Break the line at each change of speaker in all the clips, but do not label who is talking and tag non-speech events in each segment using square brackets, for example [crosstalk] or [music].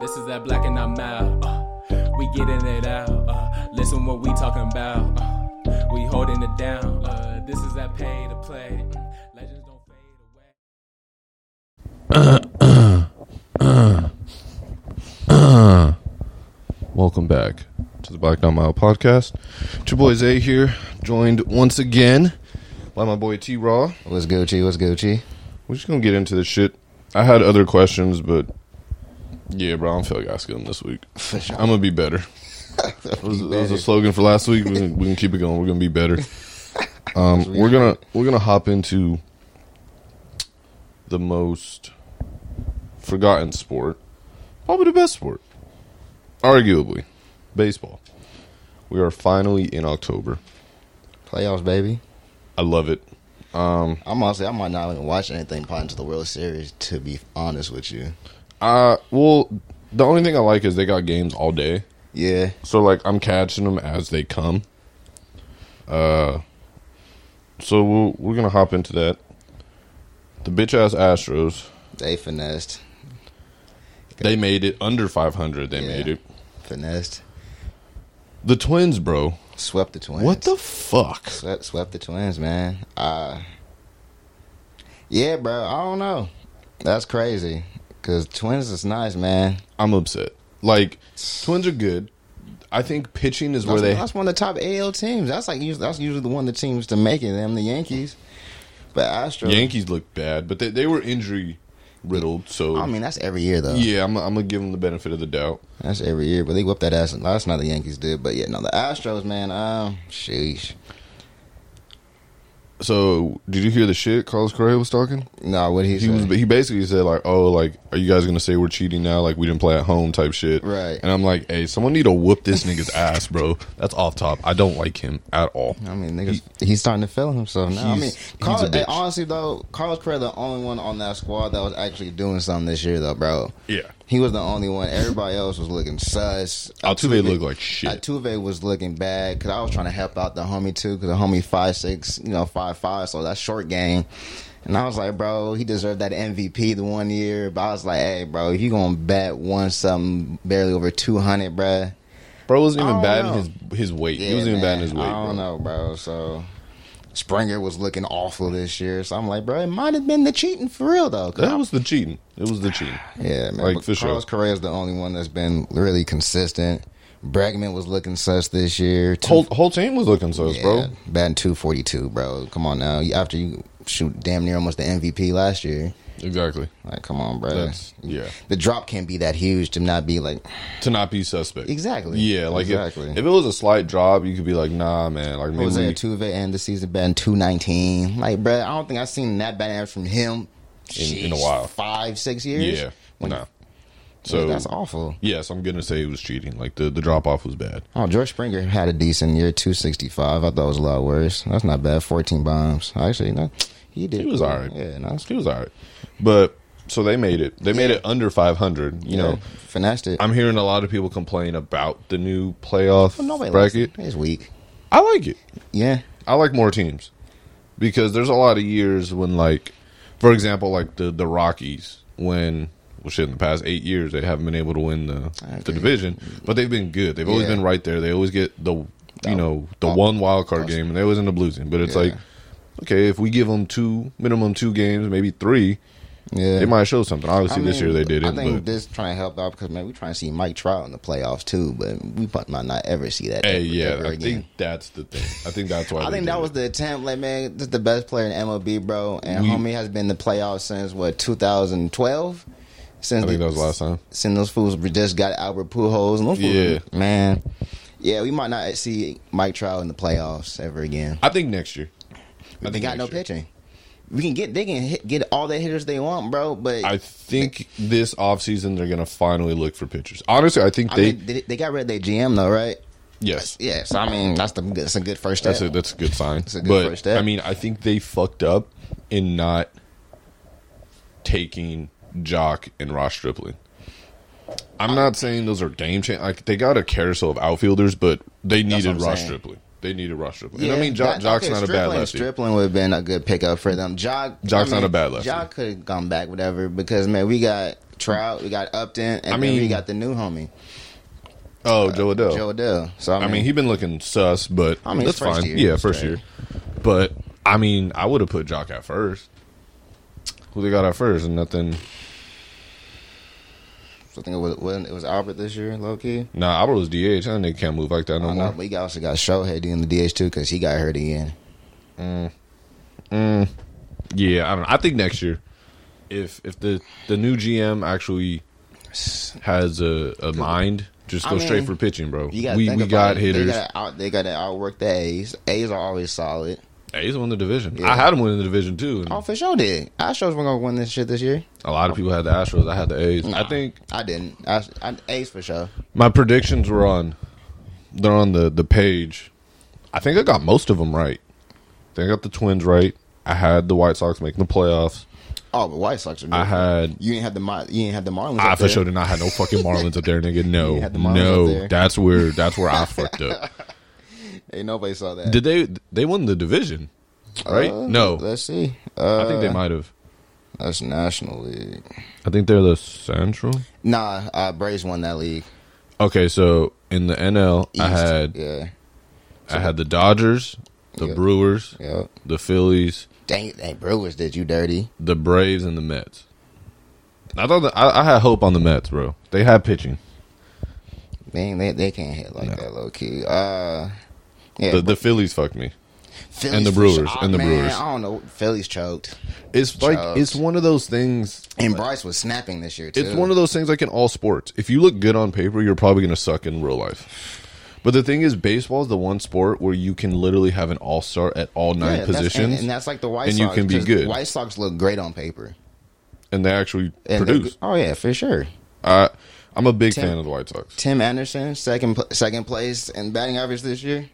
This is that black and I'm out. Uh, we getting it out. Uh, listen what we talking about. Uh, we holding it down. Uh, this is that pay to play. Mm, Legends don't fade away.
[clears throat] Welcome back to the Black Down Mile podcast. Two boys A here, joined once again by my boy T Raw.
What's Gucci? What's Gucci?
We're just gonna get into this shit. I had other questions, but yeah, bro, I'm Phil Gaskin this week. I'm gonna be better. That was, that was a slogan for last week. We can, we can keep it going. We're gonna be better. Um, we're gonna we're gonna hop into the most forgotten sport, probably the best sport, arguably, baseball. We are finally in October.
Playoffs, baby.
I love it.
I'm honestly, I might not even watch anything prior to the World Series. To be honest with you,
Uh, well, the only thing I like is they got games all day.
yeah,
So like I'm catching them as they come. Uh, so we'll, we're gonna hop into that. The bitch ass Astros,
they finessed,
they made it under 500. They
Yeah.
made it.
finessed,
The Twins, bro.
swept the Twins.
What the fuck?
swept, swept the Twins, man. Uh, yeah, bro. I don't know. That's crazy. Cause Twins is nice, man.
I'm upset. Like Twins are good. I think pitching is where they.
That's, that's one of the top AL teams. That's like usually, that's usually the one of the teams to make it. Them, the Yankees, but Astros.
Yankees look bad, but they they were injury riddled. So
I mean, uh, that's every year though.
yeah, I'm I'm gonna give them the benefit of the doubt.
That's every year, but they whipped that ass last night. The Yankees did, but yeah, no, the Astros, man. Um, sheesh.
So did you hear the shit Carlos Correa was talking?
No, what he,
he was he basically said like oh like are you guys gonna say we're cheating now like we didn't play at home type shit
Right.
and i'm like hey someone need to whoop this nigga's ass bro that's off top i don't like him at all
I mean, niggas, he's starting to feel himself now. I mean,
He's- he's
Carlos,
a bitch.
hey, honestly though, Carlos Correa the only one on that squad that was actually doing something this year though, bro.
Yeah.
he was the only one. Everybody else was looking sus.
altuve looked like shit
Altuve was looking bad because I was trying to help out the homie too because the homie five six, you know five five, so that's short game. And I was like, bro, he deserved that MVP the one year. But I was like, hey, bro, if you gonna bet one something barely over two hundred, bro,
bro wasn't even
I don't
bad in
know.
his his weight he wasn't even bad in his weight
I don't
bro.
know, bro. So Springer was looking awful this year. So I'm like, bro, it might have been the cheating for real though. 'Cause
that was the cheating it
[sighs]
was the cheating
yeah, man.
Like,
but
for sure.
Carlos Correa is the only one that's been really consistent. Bregman was looking sus this year. Two-
whole whole team was looking sus bro
batting two forty two, bro. Come on now. You- After you shoot damn near almost the MVP last year,
exactly
like come on, bro.
That's- yeah.
The drop can't be that huge to not be like
to not be suspect
Exactly.
yeah like if-
Exactly.
if, it was a slight drop you could be like nah man like maybe
Jose
we-
Altuve and the season batting two nineteen. Like, bro, I don't think I've seen that batting average from him
In- in a while.
five six years.
yeah
When-
nah so
that's awful.
Yes, I'm gonna say he was cheating. Like the, the drop off was bad.
Oh, George Springer had a decent year, two sixty five. I thought it was a lot worse. That's not bad. Fourteen bombs. Actually, no, he did.
He was all right.
Yeah, no,
He was all right. But so they made it. They made it under 500. You know,
finessed it.
I'm hearing a lot of people complain about the new playoff
Nobody likes
bracket.
it. It's weak.
I like it.
Yeah.
I like more teams because there's a lot of years when, like, for example, like the the Rockies when. Well, shit, in the past eight years, they haven't been able to win the, the
I agree.
division, but they've been good. They've always
Yeah.
been right there. They always get the, you
That-
know, the
that-
one wild card game, and they always end up losing. But it's
Yeah.
like, okay, if we give them two, minimum two games, maybe three,
Yeah.
they might show something. Obviously, this year they did
I
it.
think
But,
this trying to help out because man, we trying to see Mike Trout in the playoffs too, but we might not ever see that.
hey,
ever-
yeah,
ever
I
again.
think that's the thing. I think that's why.
I
they
think
did
that was
it.
the attempt. Like, man, this is the best player in MLB, bro. And
We-
homie has been in the playoffs since what 2012. Since
I think
the-
that was last time.
Since those fools just got Albert Pujols. And those fools,
Yeah.
man. Yeah, we might not see Mike Trout in the playoffs ever again.
I think next year. I
they
think
got no
next year.
pitching. We can get they can hit, get all the hitters they want, bro. But
I
I,
think this offseason they're going to finally look for pitchers. Honestly, I think they,
mean, they, they got rid of their GM though, right?
yes.
Yeah, so I mean that's the that's a good first step.
That's a that's a good sign.
a good
but
first step.
I mean, I think they fucked up in not taking Jock and Ross Stripling. I'm not saying those are game change. Like they got a carousel of outfielders, but they needed
what I'm
Ross
saying.
Stripling. They needed Ross Stripling.
Yeah,
and I mean, Jock,
that-
Jock's
okay,
not a bad
Stripling-
lefty.
Stripling would have been a good pickup for them. Jock,
Jock's
I mean,
not a bad lefty.
Jock could have gone back, whatever, because man, we got Trout, we got Upton, and
I
I
mean-
mean, we got the new homie,
Oh, Joe Adele.
uh, Joe Adele. So I
I
mean,
mean, he been looking sus, but
I mean,
that's
it's first
fine.
year.
yeah,
It's
first
great.
year. But I mean, I would have put Jock at first. Who they got at first, and nothing.
I think it was wasn't- it was Albert this year, low key.
Nah, Albert was DH. That nigga can't move like that no
I
more.
know, but we also got Shohei doing the DH too because he got hurt again.
Yeah, I don't. know. I think next year, if if the the new GM actually has a, a mind, just
I
go straight
mean,
for pitching, bro.
You gotta
We
think
we
about
got
it.
hitters.
They gotta, out, they gotta outwork the A's. A's are always solid.
Hey, he's won the division.
Yeah.
I had him win the division too. And
Oh, for sure did. Astros were gonna win this shit this year.
a lot of people had the Astros. I had the A's. I think
I didn't. I, I A's for sure.
my predictions were on. They're on the the page. I think I got most of them right. I think I got the Twins right. I had the White Sox making the playoffs.
Oh, but White Sox are.
I had
You didn't have the Mar- you didn't have the Marlins.
I
up
for
there.
sure did not have no fucking Marlins up there, nigga. No,
You had the Marlins up
no,
there.
that's where that's where I fucked
[laughs]
up.
Ain't nobody saw that.
Did they? They won the division, right?
Uh,
no,
Let's see. Uh,
I think they might have.
That's National League.
I think they're the Central.
Nah, uh, Braves won that league.
Okay, so in the NL, I
East.
had
yeah,
I had the Dodgers, the
Yep.
Brewers,
yeah.
the Phillies,
Dang, dang, Brewers did you dirty.
the Braves, and the Mets. I thought that, I, I had hope on the Mets, bro. They had pitching.
Man, they they can't hit like that, low key. Uh, yeah,
The, the Phillies fucked me.
Phillies
and the
for
Brewers,
sure. Oh,
and the
man,
Brewers.
I don't know. Phillies choked,
It's like
Chubbs.
it's one of those things.
and Bryce was snapping this year too.
It's one of those things like in all sports. If you look good on paper, you're probably going to suck in real life. But the thing is, baseball is the one sport where you can literally have an all star at all
Yeah,
nine
that's-
positions,
and, and that's like the White
and
Sox.
you can be
'cause
good.
White Sox look great on paper.
and they actually
And they're
produce.
good- Oh yeah, for sure.
I, I'm a big
Tim-
fan of the White Sox.
Tim Anderson, second pl- second place in batting average this year.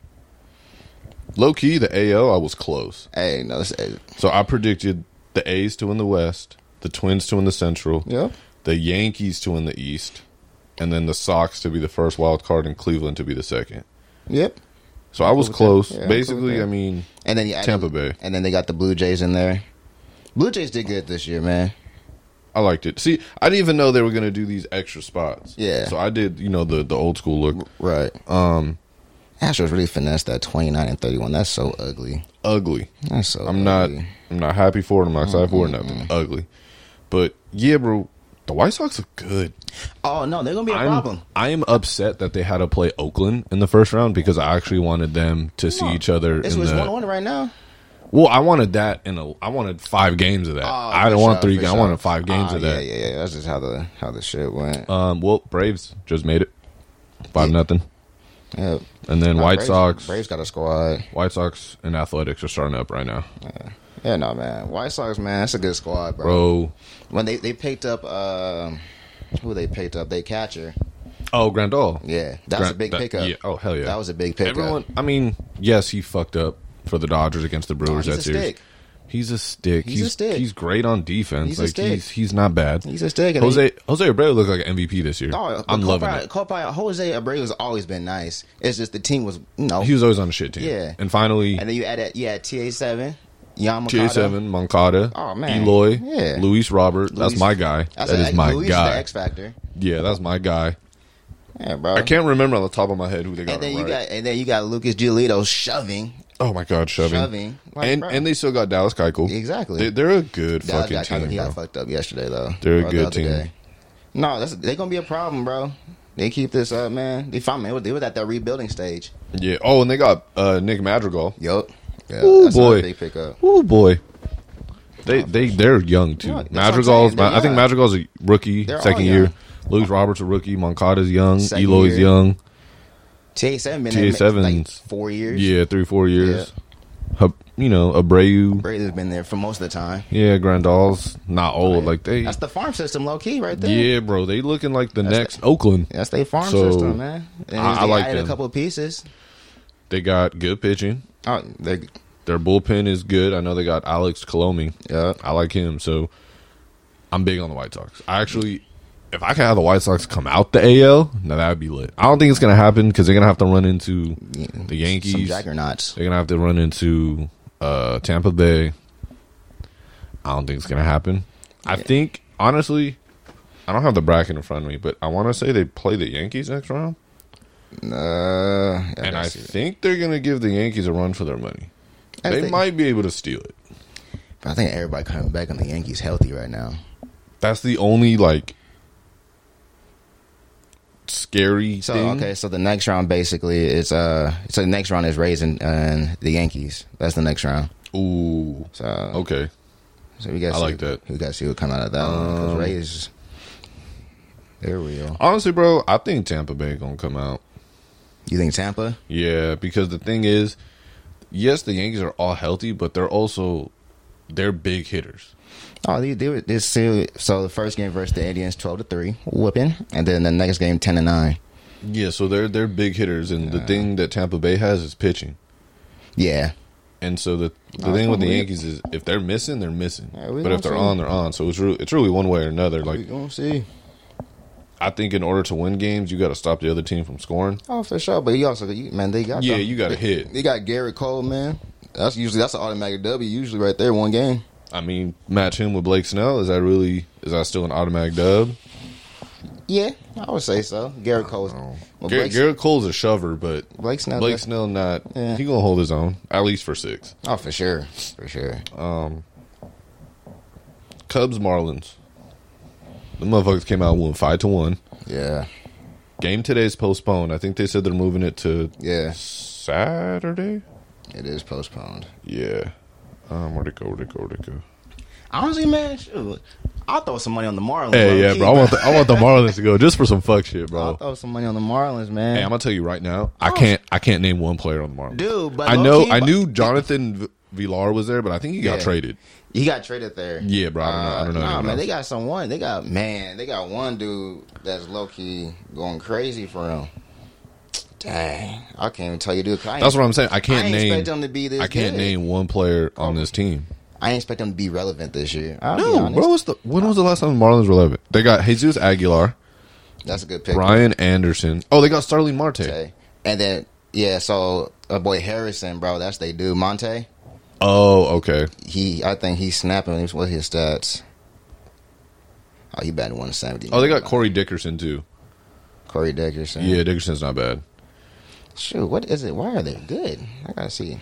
Low key, the AL I was close,
Hey, no, it's- hey,
so I predicted the A's to win the West, the Twins to win the Central,
yeah.
the Yankees to win the East, and then the Sox to be the first wild card, and Cleveland to be the second.
Yep.
So I was
with that.
close.
Yeah, I'm cool with
Basically,
that.
I mean,
And then you add
Tampa Bay.
And then they got the Blue Jays in there. Blue Jays did good this year, man.
I liked it. See, I didn't even know they were gonna do these extra spots.
Yeah.
So I did, you know, the the old school look.
Right. Um Astros really finessed that twenty nine and thirty one. That's so ugly.
Ugly.
That's so
I'm not.
ugly.
I'm not happy for it. I'm not excited for it. Nothing. Ugly. But yeah, bro. The White Sox are good.
Oh no, they're gonna be a
I'm,
problem.
I am upset that they had to play Oakland in the first round because I actually wanted them to see
on.
each other.
It's
in
was
the,
one one right now.
Well, I wanted that in a. I wanted five games of that. I
for
didn't want
sure,
three.
Oh, for
ga- I
sure.
wanted five games
Ah,
of that.
Yeah, yeah, yeah. That's just how the how the shit went.
Um. Well, Braves just made it five nothing,
yep.
and then
Nah,
White
Braves-
Sox.
Braves got a squad.
White Sox and Athletics are starting up right now,
Yeah, no man. White Sox, man, that's a good squad, bro.
bro.
When they they picked up um who they picked up? They catcher.
Oh, Grandal.
Yeah, that was a
Grand-
big
that-
pickup.
yeah. Oh, hell yeah.
that was a big pickup.
Everyone. I mean, yes, he fucked up for the Dodgers against the Brewers
he's
that
a
series.
stick.
He's a stick.
He's a stick.
He's great on defense.
He's a
like
stick.
he's he's not bad.
He's a stick. and he-
Jose Jose Abreu looked like an MVP this year.
Oh,
I'm loving
Copa,
it.
Copa, Jose Abreu has always been nice. It's just the team was, you know.
He was always on the shit team.
Yeah.
And finally,
and then you add that, you had TA seven, Yamaka.
J seven Moncada.
Oh, man.
Eloy.
Yeah.
Luis Robert. that's
Luis-
my guy. That's my
Luis
guy.
the X Factor.
yeah, that's my guy.
Yeah, bro.
I can't remember on the top of my head who they got.
Oh. And then
it
you
right.
got, and then you got Lucas Giolito shoving.
Oh my God, shoving,
Shoving. Like,
and
bro.
and they still got Dallas Keuchel.
Exactly.
they, they're a good
Dallas
fucking
got
team,
kinda- he
bro.
got fucked up yesterday though.
They're a
Or the
good
other
team.
day. No, that's they're gonna be a problem, bro. They keep this up, man. They found man. They was at that rebuilding stage.
yeah. Oh, and they got uh, Nick Madrigal.
Yup. Yeah,
Ooh,
that's another
boy.
Big pickup.
Oh boy, they they they're young too.
No, that's what I'm
Madrigal's,
saying, they're
I think
young.
Madrigal's a rookie,
They're all
second year.
young.
Luke Roberts a rookie. Moncada's young.
Second
Eloy's
year.
young.
TA seven been
TA
there
seven.
like four years.
Yeah, three four years. Hub- you know Abreu.
Brady's been there for most of the time.
Yeah, Grandal's not old like they.
That's the farm system, low key, right there.
Yeah, bro, they looking like the next Oakland.
That's their farm
So,
system, man. And
I-
they
I like
added
them.
a couple of pieces.
They got good pitching.
Oh, they,
Their bullpen is good. I know they got Alex Colomé.
yeah.
I like him, so I'm big on the White Sox. I actually, if I could have the White Sox come out the AL, now that would be lit. I don't think it's gonna happen because they're gonna have to run into the
Some
Yankees. They're
juggernauts.
gonna have to run into uh, Tampa Bay. I don't think it's gonna happen. I think honestly, I don't have the bracket in front of me, but I want to say they play the Yankees next round,
Uh, yeah,
and I
that's it.
think they're going to give the Yankees a run for their money.
I
they
think-
might be able to steal it.
I think everybody coming back on the Yankees healthy right now.
That's the only like scary
So
thing.
okay, so the next round basically is uh, so the next round is Rays and, and the Yankees. That's the next round.
Ooh,
So
okay.
so we got
I like that.
We got to see what come out of that one, 'cause
Um,
Rays. They're real.
Honestly, bro, I think Tampa Bay gonna come out.
You think Tampa?
Yeah, because the thing is, yes, the Yankees are all healthy, but they're also they're big hitters.
Oh, they, they were this series. So the first game versus the Indians, twelve to three, whooping, and then the next game, ten to nine.
Yeah, so they're they're big hitters, and the thing that Tampa Bay has is pitching.
Yeah,
And so the the
I
thing with the
believe-
Yankees is if they're missing, they're missing.
Yeah, we
but if
gonna
they're
see.
on, they're on. So it's really, it's really one way or another.
we
Like
gonna see.
I think in order to win games, you got to stop the other team from scoring.
Oh, for sure. But you also, you, man, they got
Yeah,
the-
you got to hit.
They got Garrett Cole, man. That's usually that's an automatic W. Usually, right there, one game.
I mean, match him with Blake Snell. Is that really? Is that still an automatic dub?
Yeah, I would say so. Garrett Cole's well,
Gar-
Blake's-
Garrett Cole's a shover, but
Blake Snell-
Blake Snell not.
Yeah.
He gonna hold his own at least for six.
Oh, for sure, for sure.
Cubs Marlins. The motherfuckers came out and won five to one.
Yeah,
Game today's postponed. I think they said they're moving it to
yeah.
Saturday.
It is postponed.
Yeah. Um, where'd it go? Where'd it go? Where'd it go?
Honestly, man, shoot, I'll throw some money on the Marlins.
Hey, yeah,
low-key,
bro. I want the, I want the Marlins to go just for some fuck shit,
I'll
bro.
throw some money on the Marlins, man.
Hey, I'm gonna tell you right now. I can't. I can't name one player on the Marlins.
Oh. Dude, but
I know.
low-key,
I
but-
knew Jonathan v- Villar was there, but I think he got
Yeah.
traded.
He got traded there.
Yeah, bro, I don't know- I don't know
Uh, Nah,
anyone
man,
else.
they got someone. They got man. They got one dude that's low key going crazy for him. Dang, I can't even tell you, dude. 'cause I ain't-
That's what I'm saying. I can't
I ain't
name.
expect them to be this
I can't
good.
name one player on this team.
I ain't expect them to be relevant this year. I'll be
No,
honest.
bro. What's the, when was the last time the Marlins were relevant? They got Jesus Aguilar,
That's a good pick.
Brian Anderson. Oh, they got Starling Marte.
Okay. And then yeah, so uh, boy Harrison, bro, that's they do. Monte,
Oh, okay.
he, I think he's snapping. What his stats? Oh, he batted one seventy.
Oh, they got Corey Dickerson too.
Corey Dickerson.
Yeah, Dickerson's not bad.
Shoot, what is it? Why are they good? I gotta see.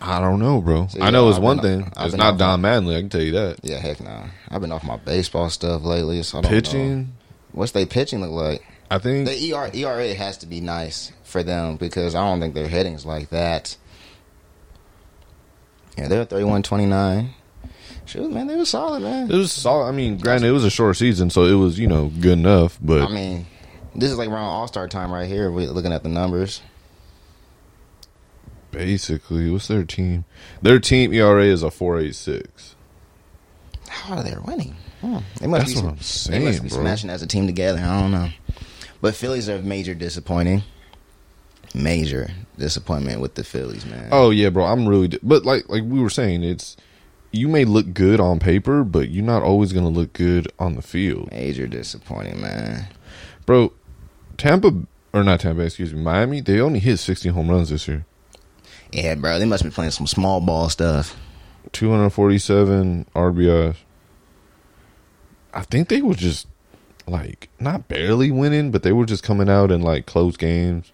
I don't know, bro.
See,
I know
I've
it's one
been-
thing.
I've
it's
been
not
off-
Don Manley. I can tell you that.
Yeah, heck no. I've been off my baseball stuff lately, so I don't know.
Pitching,
What's they pitching look like?
I think.
The ER, ERA has to be nice for them because I don't think their hitting's like that. Yeah, they're 31 29. Shoot, man, they were solid, man.
It was solid. I mean, granted, it was a short season, so it was you know good enough. But
I mean, this is like around All Star time right here. We're looking at the numbers.
basically, what's their team? Their team ERA is a four eight six.
How are they winning? Hmm. They must
That's
be,
what I'm
They must
saying,
be
bro.
smashing as a team together. I don't know. But Phillies are major disappointing. Major disappointment with the Phillies, man.
Oh yeah, bro. I'm really. di- But like like we were saying, it's you may look good on paper, but you're not always gonna look good on the field,
Major disappointing, man.
bro. Tampa or not Tampa? Excuse me, Miami. They only hit 60 home runs this year.
Yeah, bro, they must be playing some small ball stuff.
247 RBIs. I think they were just like not barely winning, but they were just coming out in like close games.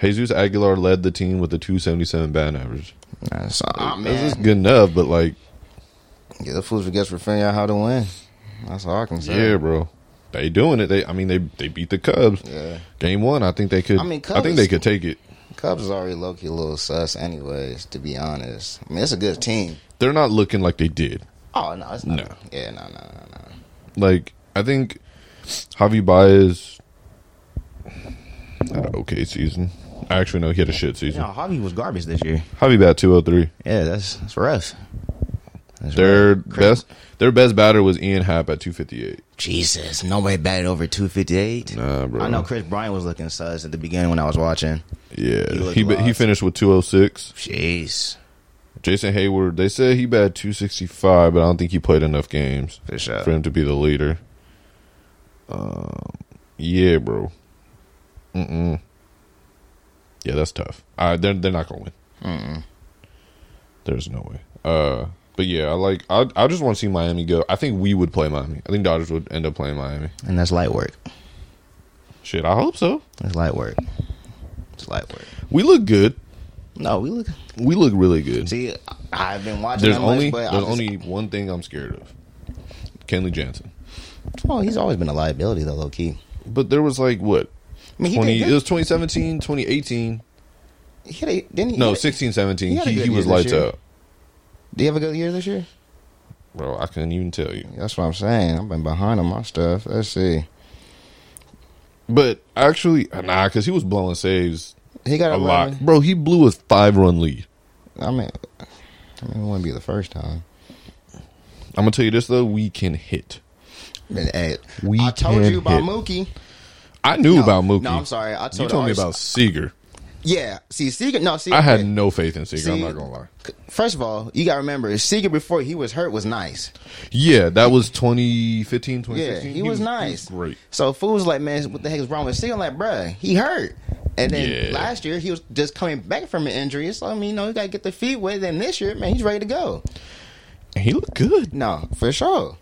Jesus Aguilar led the team with a 277 bat average.
Nah, so, oh,
This is
man.
good enough, but like,
Yeah, the fools forgets for figuring out how to win. That's all I can say.
yeah, bro, they doing it. They, I mean, they they beat the Cubs.
Yeah.
Game one, I think they could.
I
I
mean,
mean,
Cubs-
I think they could take it.
Cubs is already low key a little sus, anyways. To be honest, I mean it's a good team.
They're not looking like they did.
Oh no, it's not.
No.
Yeah, no, no, no, no.
Like I think Javi Baez had an okay season. Actually, no, he had a shit
You
season.
know, Harvey was garbage this year.
Javi bat two hundred three.
Yeah, that's that's rough. That's
Their
rough.
best, their best batter was Ian Happ at two fifty eight.
Jesus, nobody batted over two fifty eight.
Nah, bro.
I know Chris Bryant was looking sus at the beginning when I was watching.
Yeah,
He looked
he ba- he,
lost.
finished with two oh six.
Jeez,
Jason Hayward, they said he batted two sixty five, but I don't think he played enough games
for sure.
for him to be the leader. Um, yeah, bro. Mm mm. Yeah, that's tough. Uh, they're they're not gonna win. There's no way. Uh, But yeah, I like I I just want to see Miami go. I think we would play Miami. I think Dodgers would end up playing Miami.
and that's light work.
Shit, I hope so.
That's light work. It's light work.
We look good.
No, we look.
We look really good.
See, I- I've been watching.
there's
that much,
only
but
there's
I just-
only one thing I'm scared of. Kenley Jansen.
Oh, he's always been a liability though, low key.
But there was like what?
I mean, he
20
did
it
good.
was 2017, 2018.
He had a, didn't he?
No,
he had a-
16, 17.
he had a
He,
good
he
year
was
this
lights
year.
out.
Did he have a good year this year?
Bro, I couldn't even tell you.
That's what I'm saying. I've been behind on my stuff. Let's see.
But actually, nah, because he was blowing saves
He got
a lot.
11.
Bro, he blew a five run lead.
I mean, I mean, it wouldn't be the first time.
I'm going to tell you this, though. We can hit.
But, hey,
We
I told
can
you about
hit.
Mookie.
I knew
No,
about Mookie.
No, I'm sorry. I told
You told me
Ars-
about Seager.
Yeah. See, Seager. No, see,
I had
okay.
no faith in Seager. I'm
See-
not going to lie.
First of all, you got to remember, Seager before he was hurt was nice.
Yeah, that was 2015,
Yeah,
2016.
he, was, nice.
great.
So fools like, man, what the heck is wrong with Seager? I'm like, bruh, he hurt. And then
Yeah.
last year he was just coming back from an injury. So I mean, you know, you got to get the feet wet. Then this year, man, he's ready to go.
And he looked good.
No, for sure.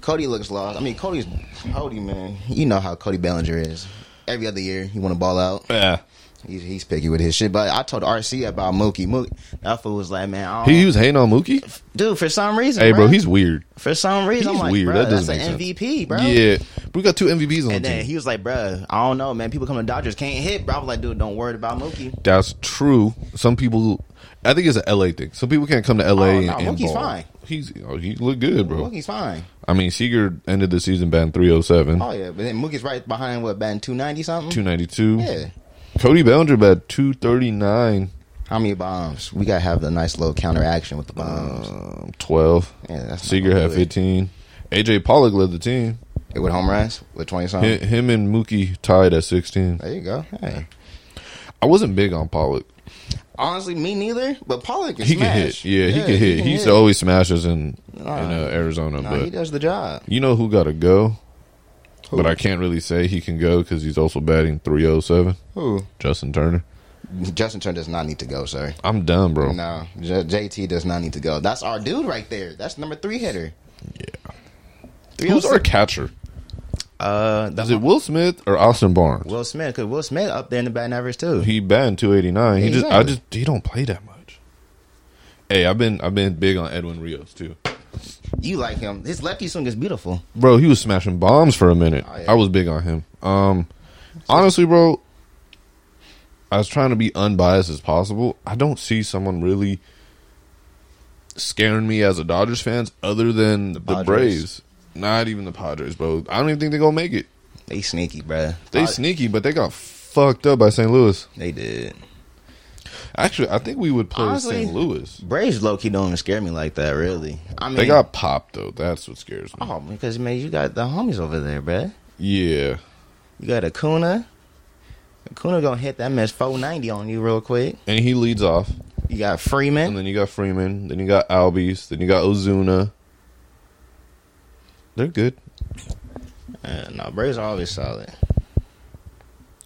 Cody looks lost. I mean, Cody's Cody, man. You know how Cody Bellinger is. Every other year, he want to ball out.
Yeah.
He's, he's picky with his shit. But I told RC about Mookie. Mookie, that fool was like, man, I don't,
He, he was hating on Mookie?
dude, for some reason,
Hey, bro, he's weird.
for some reason,
He's
I'm like,
weird.
bruh,
that
that's
doesn't
an
make
MVP,
sense.
bro.
Yeah. But we got two MVPs on
And
the team.
then he was like, bruh, I don't know, man. People coming to Dodgers can't hit, bro. I was like, dude, don't worry about Mookie.
That's true. Some people, I think it's an LA thing. Some people can't come to LA
Oh,
and,
no,
and
Mookie's
ball.
fine.
He's oh, he looked good, bro.
Mookie's fine.
I mean, Seager ended the season batting 307,
Oh yeah, but then Mookie's right behind what, batting two ninety something.
292.
Yeah.
Cody Bellinger bat 239,
How many bombs? We gotta have a nice little counteraction with the bombs.
um, 12.
Yeah, that's not
Seager
gonna
had
do it.
15. AJ Pollock led the team.
It with home runs with twenty something.
Hi- Him and Mookie tied at 16.
There you go. Hey.
I wasn't big on Pollock.
Honestly, me neither. But Pollock can
He
smash.
could hit. Yeah, he could hit. He,
can
used to always smash us in, in uh, Arizona,
Nah,
but
he does the job.
You know who got to go,
Who?
but I can't really say he can go because he's also batting 307.
Who?
Justin Turner.
Justin Turner does not need to go, sir.
I'm done, bro.
No, J- JT does not need to go. That's our dude right there. That's number three hitter.
Yeah.
Three oh
Who's our catcher?
uh the,
Is it Will Smith or Austin Barnes?
Will Smith? Cause Will Smith up there in the batting average too.
He batting 289. He just, I
Exactly.
just, he don't play that much. Hey, I've been, I've been big on Edwin Rios too,
you like him? His lefty swing is beautiful.
bro. He was smashing bombs for a minute.
Oh, yeah.
I was big on him. Um, honestly, bro, I was trying to be unbiased as possible. I don't see someone really scaring me as a Dodgers fans other than the,
Padres.
Braves. Not even the Padres, bro. I don't even think they're gonna make it.
They sneaky, bruh.
They
Pol-
sneaky, but they got fucked up by St. Louis.
They did.
Actually, I think we would play
Honestly,
St. Louis.
Braves low key don't even scare me like that. Really, I mean
They got popped though. That's what scares me.
oh because man, you got the homies over there, bruh.
Yeah.
You got Acuna. Acuna gonna hit that mess 490 on you real quick.
And he leads off.
You got
And
Freeman.
then you got Freeman. Then you got Albies. Then you got Ozuna. They're good.
Uh, no, Braves are always solid.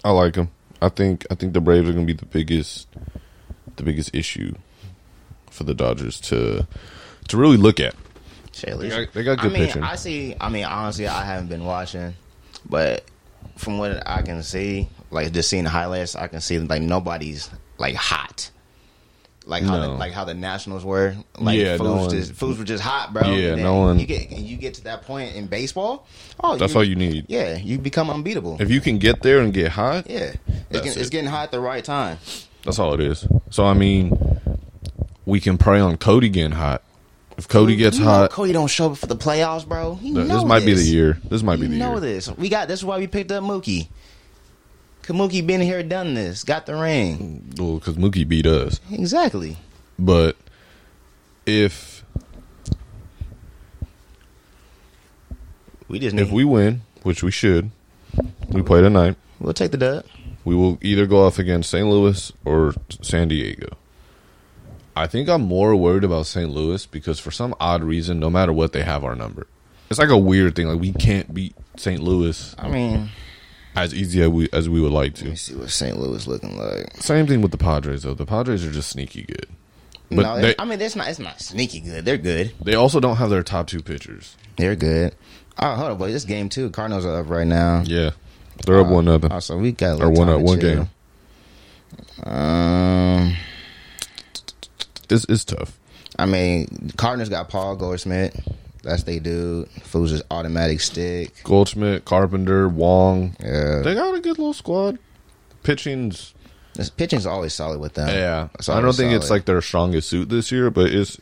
I like them. I think I think the Braves are going to be the biggest the biggest issue for the Dodgers to to really look at.
Shit, at
They
least-
got- they got good
I mean,
pitching.
I see. I mean, honestly, I haven't been watching, but from what I can see, like just seeing the highlights, I can see like nobody's like hot. Like how the,
No.
like how the Nationals were. Like
Yeah,
fools,
no one-
just, fools were just hot, bro.
Yeah,
And
no one-
You get and you get to that point in baseball. Oh,
That's all you need.
Yeah, you become unbeatable.
If you can get there and get hot,
Yeah,
That's
it's, getting,
it.
it's getting hot at the right time.
that's all it is. So I mean, we can prey on Cody getting hot. If Cody gets
you Know
hot,
Cody don't show up for the playoffs, bro. You
th-
know
this might be the
this.
year. This might
You
be the
know
year.
this. We got this. Is why we picked up Mookie. Cause Mookie been here, done this, got the ring.
Well, cuz Mookie beat us.
Exactly.
But if
We just need.
if we win, which we should, we play tonight.
we'll take the dub.
We will either go off against St. Louis or San Diego. I think I'm more worried about St. Louis because for some odd reason, no matter what, they have our number. It's like a weird thing. Like we can't beat St. Louis
I mean,
as easy as we as we would like
let me
to.
see what St. Louis looking like.
Same thing with the Padres though. The Padres are just sneaky good. But
no,
they-
I mean it's not it's not sneaky good. They're good.
They also don't have their top two pitchers.
They're good. Oh, hold up, boy. This game too. Cardinals are up right now.
Yeah, they're up one nothing
Oh, so we got a
or
little
one
time
up
to
one
chill.
game.
Um,
This is tough.
I mean, Cardinals got Paul Goldschmidt. That's they dude. Fool's just automatic stick.
Goldschmidt, Carpenter, Wong.
Yeah,
They got a good little squad. Pitching's
this pitching's always solid with them.
yeah.
It's
So I don't
always
think it's
solid.
like their strongest suit this year, but it's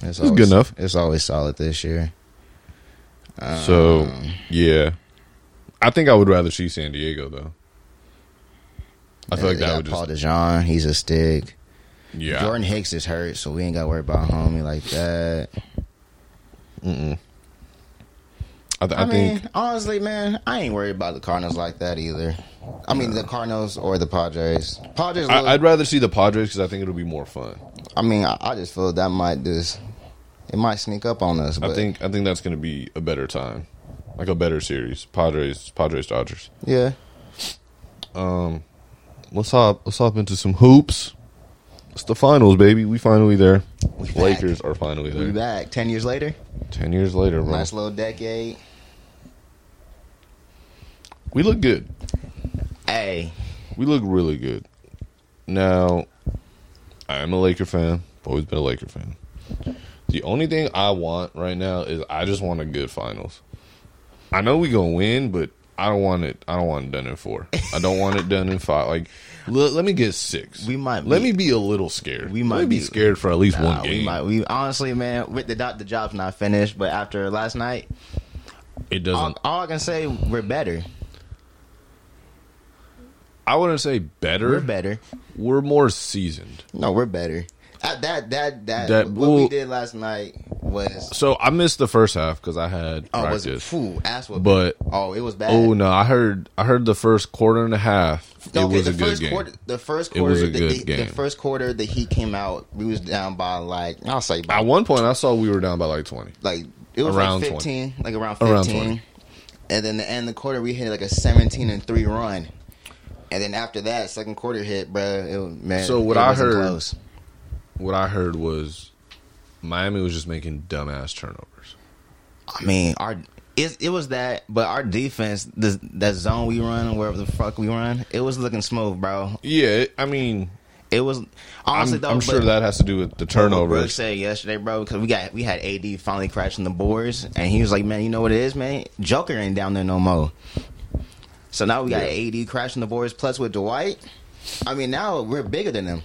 It's,
good
always,
enough.
It's always solid this year.
Uh, so yeah. I think I would rather see San Diego though. I feel like
They
that
got
would
Paul
just
DeJean. He's a stick.
yeah.
Jordan Hicks is hurt, so we ain't got to worry about homie like that.
I, th-
I,
I,
mean,
think
honestly, man, I ain't worried about the Cardinals like that either. I mean, the Cardinals or the Padres. Padres. look-
I, I'd rather see the Padres because I think it'll be more fun.
I mean, I, I just feel that might just it might sneak up on us. But
I think I think that's going to be a better time, like a better series. Padres, Padres, Dodgers.
yeah,
Let's hop. Let's hop into some hoops. It's the finals, baby. We finally there.
back.
Lakers are finally
we
there.
back ten years later.
Ten years later, bro.
Nice little decade.
We look good.
Hey,
We look really good. Now, I am a Laker fan. I've always been a Laker fan. The only thing I want right now is I just want a good finals. I know we gonna win, but I don't want it. I don't want it done in four. I don't want it done in five. Like, l- let me get six.
We might
Let
be-
me be a little scared.
we
Let me
might
be,
be-
scared for at least
Nah,
one
we
game.
might. We honestly, man, with the dot, the job's not finished. But after last night,
It doesn't.
all, all I can say we're better.
I wouldn't say better.
We're better.
We're more seasoned.
No, we're better. That that that that,
That-
what
well-
we did last night was
So I missed the first half because I had
oh was
practice.
fool ass whooping.
But-
oh, it was bad.
Oh no, I heard I heard the first quarter and a half.
No,
it
okay,
was
the
a good
first
game.
Quarter, the first
It
quarter,
was a
the,
good
the- the
game.
first quarter, the Heat came out. We was down by like I'll say by
At one point, I saw we were down by like twenty.
like it was
Around
like
20.
fifteen, like around fifteen,
Around 20.
and then the end of the quarter we hit like a seventeen and three run, and then after that second quarter hit, bro. It was, man,
So what
it
I
wasn't
heard- What I heard was Miami was just making dumbass turnovers.
I mean, our it, it was that, but our defense, the, that zone we run, wherever the fuck we run, it was looking smooth, bro.
Yeah, it- I mean,
It was
I'm,
honestly though.
I'm
but-
sure that has to do with the
What Brooks
turnovers.
said yesterday, bro, because we got we had AD finally crashing the boards, and he was like, "Man, you know what it is, man? Joker ain't down there no more." So now we got AD crashing the boards, plus with Dwight. I mean, now we're bigger than them.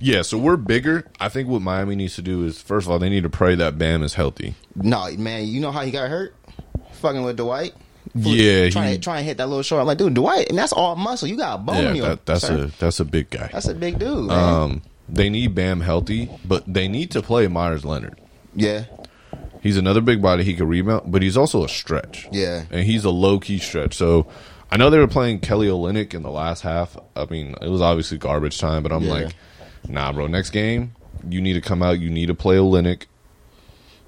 Yeah, so we're bigger. I think what Miami needs to do is first of all they need to pray that Bam is healthy.
No, man, you know how he got hurt? Fucking with Dwight.
Yeah,
trying
he-
to trying to hit that little short. I'm like, dude, Dwight, and that's all muscle. You got a bone.
Yeah,
in Oh, you,
that, that's
sir.
a that's a big guy.
that's a big dude. Man.
Um, they need Bam healthy, but they need to play Myers Leonard.
yeah,
He's another big body. He can rebound, but he's also a stretch.
Yeah.
and he's a low key stretch. So I know they were playing Kelly Olynyk in the last half. I mean, it was obviously garbage time, but I'm
Yeah.
like, nah, bro. Next game, you need to come out. You need to play Olynyk.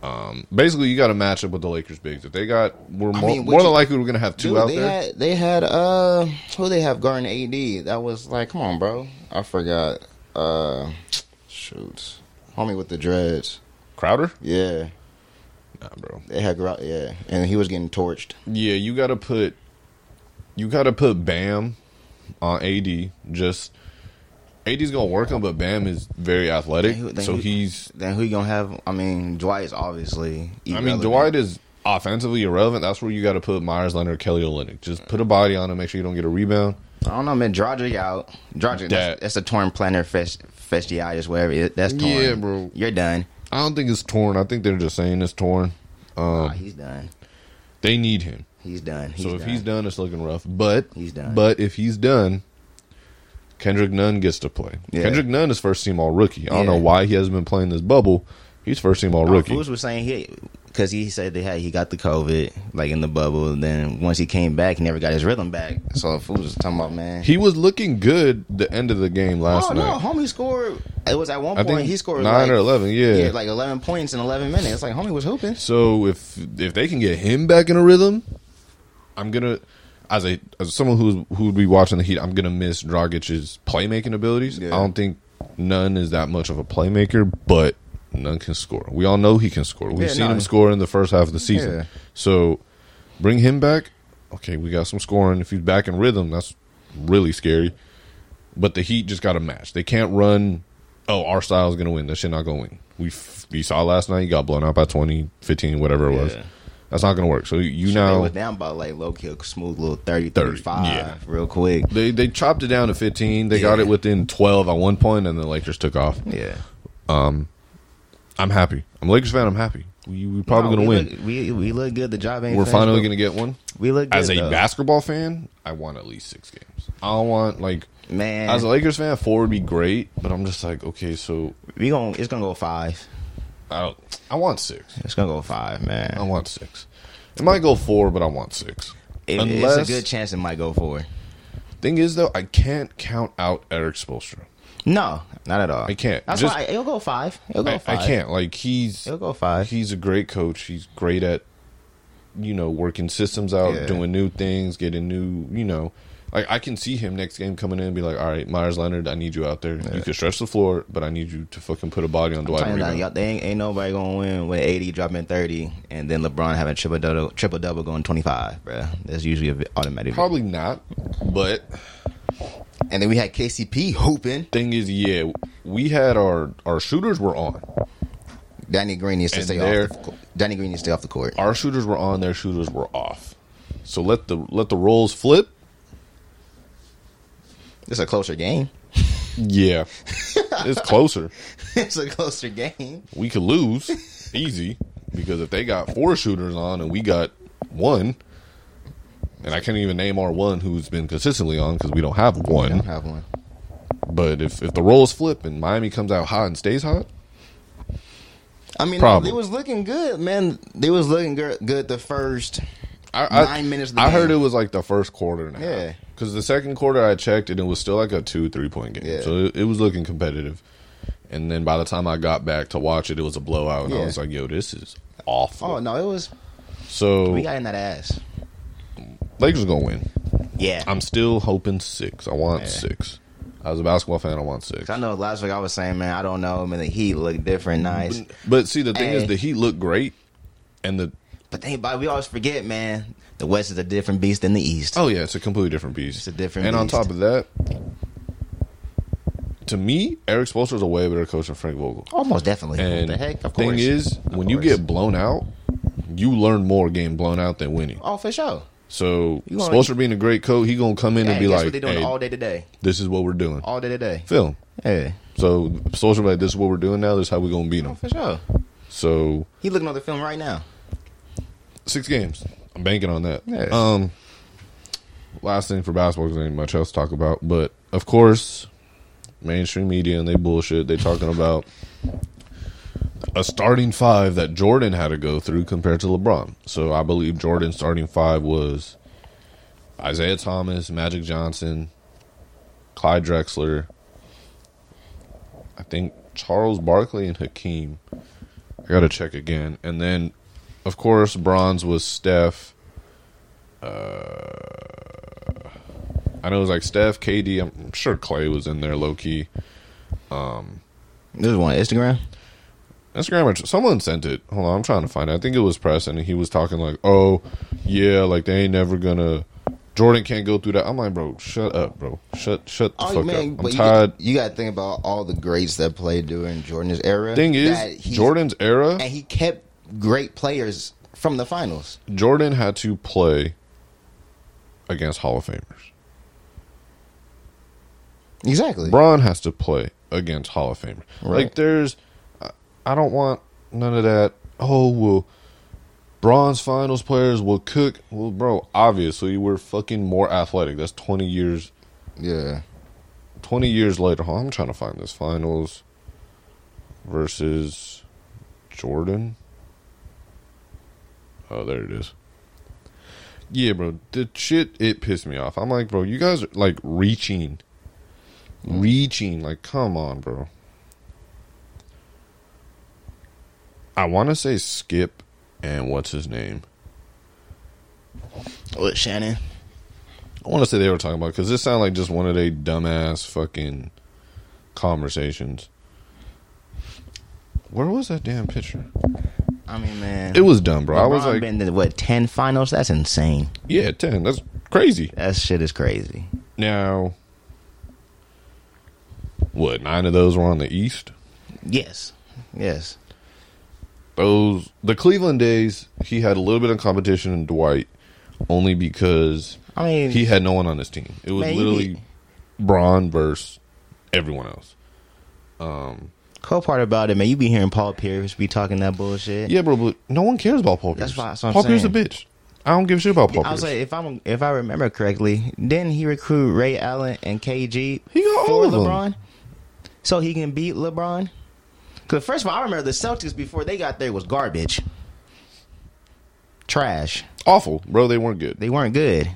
Um, basically, you got to match up with the Lakers bigs. If they got, we're more,
mean, would
more than
you-
likely we're gonna have two
dude,
out
they
there.
had they had uh who they have guarding AD. That was like, come on, bro. I forgot. Uh shoot. Homie with the dreads.
Crowder,
Yeah.
nah, bro.
They had gra- yeah. And he was getting torched.
Yeah, you got to put you got to put Bam on AD. Just AD's gonna work him, but Bam is very athletic,
Then who- then
so
who-
he's.
Then who you gonna have I mean, Dwight is obviously
I mean,
irrelevant.
Dwight is offensively irrelevant. That's where you got to put Myers Leonard, Kelly Olynyk. Just put a body on him. Make sure you don't get a rebound.
I don't know, man, Drogic out. Drogic
That-
that's, that's a torn plantar fes- fasciitis, whatever it, that's torn.
Yeah, bro.
You're done.
I don't think it's torn. I think they're just saying it's torn. Um,
Nah, he's done.
They need him.
He's done. He's
So if
done.
he's done, it's looking rough. But
He's done.
But if he's done, Kendrick Nunn gets to play.
Yeah.
Kendrick Nunn is first team all rookie. I don't
Yeah.
know why he hasn't been playing this bubble. He's first team all
Oh,
rookie.
Fools was saying he because he said they had he got the COVID like in the bubble. And then once he came back, he never got his rhythm back. So Fools was talking about man.
He was looking good the end of the game last
oh no,
night.
homie scored. It was at one
I
point
think
he scored
nine
like,
or eleven. Yeah.
yeah, like eleven points in eleven minutes. It's Like homie was hooping.
so if if they can get him back in a rhythm, I'm gonna as a as someone who's who would be watching the Heat, I'm gonna miss Dragic's playmaking abilities.
Yeah.
I don't think none is that much of a playmaker, but none can score. We all know he can score. We've
Yeah,
seen
no.
him score in the first half of the season.
Yeah.
So bring him back. Okay, we got some scoring. If he's back in rhythm, that's really scary. But the Heat just got to match. They can't run. Oh, our style's going to win. That shit not going to win. We, f- we saw last night. You got blown out by 20, 15, whatever it was.
Yeah.
That's not going to work. So you
So they
now
was down by like low key, a smooth little 30,
30,
35
yeah.
real quick.
they they chopped it down to 15. They got
Yeah.
it within 12 at one point, and the Lakers took off.
Yeah.
I'm happy. I'm a Lakers fan. I'm happy. We we probably
No,
gonna
we
win.
Look, we we look good. The job ain't
We're
finished,
finally
but
gonna get one.
we look good,
As a
though.
basketball fan, I want at least six games. I don't want like
man.
as a Lakers fan, four would be great, but I'm just like, okay, so
we going it's gonna go five.
I don't, I want six.
It's gonna go five,
I
man.
want six. It might go four, but I want six.
It,
Unless
it's a good chance it might go four.
thing is though, I can't count out Eric Spoelstra.
No, not at all.
I can't.
That's
Just-
why it'll go five. It'll go
I, I
five.
can't like he's
It'll go five.
he's a great coach. He's great at you know working systems out,
Yeah.
doing new things, getting new. You know, like I can see him next game coming in and be like, "All right, Myers Leonard, I need you out there. You can stretch the floor, but I need you to fucking put a body on Dwight."
Tell you
and
now,
rebound."
y'all- they ain't, ain't nobody gonna win with eighty dropping thirty, and then LeBron having triple double, triple double going twenty five, bruh. That's usually an automatic.
Probably not, but
And then we had KCP hooping.
thing is, yeah, we had our our shooters were on.
Danny Green needs to
And
stay
there-
off. The, court. Danny Green needs to stay off the court.
Our shooters were on. Their shooters were off. So let the let the roles flip.
It's a closer game. [laughs]
Yeah, it's closer.
it's a closer game.
we could lose easy because if they got four shooters on and we got one, and I can't even name our one who's been consistently on because we don't have
I don't
one.
have one.
But if, if the roles flip and Miami comes out hot and stays hot,
I mean,
Probably.
they was looking good, man. They was looking good, good the first.
I, I,
Nine minutes of the
I heard it
game.
was like the first quarter and a
Yeah.
half. Because the second quarter I checked and it was still like a two three point game,
Yeah.
so it, it was looking competitive. And then by the time I got back to watch it, it was a blowout, and I
Yeah.
was like, "Yo, this is awful."
Oh no, it was
so
we got in that ass.
Lakers gonna win.
Yeah,
I'm still hoping six. I want
Yeah.
six. As a basketball fan, I want six.
'Cause I know last week I was saying, man, I don't know. Man, the Heat looked different, nice,
But see, the thing is,
Hey.
the Heat look great, and the
but they, but we always forget, man, the West is a different beast than the East.
oh yeah, it's a completely different beast. It's
a different
And on
beast.
top of that, to me, Eric Spoelstra is a way better coach than Frank Vogel.
Almost definitely.
And
the heck, of
thing
course.
is,
Of
when you
course.
get blown out, you learn more getting blown out than winning.
oh for sure,
So
You gonna-
Spoelstra being a great coach, he gonna come in
hey,
and be
guess
like,
what they doing
"Hey,
all day today,
this is what we're doing."
all day today.
Film.
Yeah,
So Spoelstra be like, "This is what we're doing now. This is how we gonna beat
oh
them."
for sure.
So
He looking on the film right now.
six games. I'm banking on that.
Yeah.
Um, last thing for basketball, 'cause there ain't much else to talk about. But of course, mainstream media and they bullshit. They talking about a starting five that Jordan had to go through compared to LeBron. So I believe Jordan's starting five was Isaiah Thomas, Magic Johnson, Clyde Drexler. I think Charles Barkley and Hakeem. I gotta check again. And then, of course, bronze was Steph. Uh, I know it was like Steph, KD. I'm I'm sure Clay was in there low key.
This is one Instagram.
Instagram, or- someone sent it. Hold on, I'm trying to find it. I think it was Preston, and he was talking like, "Oh, yeah, like they ain't never gonna." Jordan can't go through that. I'm like, bro, shut up, bro. Shut, shut the
Oh
fuck
man,
up. I'm
but you
tired.
Got, you got to think about all the greats that played during Jordan's era.
Thing
that
is,
he's-
Jordan's era.
and he kept great players from the finals.
Jordan had to play against Hall of Famers.
Exactly.
Braun has to play against Hall of Famers.
Right.
Like, there's, I- I don't want none of that. Oh well, bronze finals players will cook. Well, bro, obviously we're fucking more athletic. That's twenty years.
Yeah.
Twenty years later, Hold on, I'm trying to find this finals versus Jordan. Oh, there it is. Yeah, bro. The shit it pissed me off. I'm like, bro, you guys are like reaching. Mm. Reaching. Like, come on, bro. I wanna say Skip and what's his name?
With Shannon.
I want to say they were talking about because this sounded like just one of they dumbass fucking conversations. Where was that damn picture?
I mean, man,
It was dumb, bro. I was
LeBron
like,
been to what ten finals? That's insane.
yeah, ten. That's crazy.
That shit is crazy.
Now, what? Nine of those were on the East.
Yes, yes.
Those the Cleveland days. He had a little bit of competition in Dwight, only because
I mean,
he had no one on his team. It was
Man, you
literally
need-
Braun versus everyone else.
cool part about it, man. You be hearing Paul Pierce be talking that bullshit.
Yeah, bro, but no one cares about Paul Pierce.
That's why- that's what I'm
Paul Pierce is a
saying.
bitch. I don't give a shit about Paul
I
Pierce.
was like, if I'm if I remember correctly, didn't he recruit Ray Allen and KG
He got all
for
of them.
LeBron, so he can beat LeBron? Because first of all, I remember the Celtics before they got there was garbage, trash.
Awful, bro. They weren't good.
They weren't good.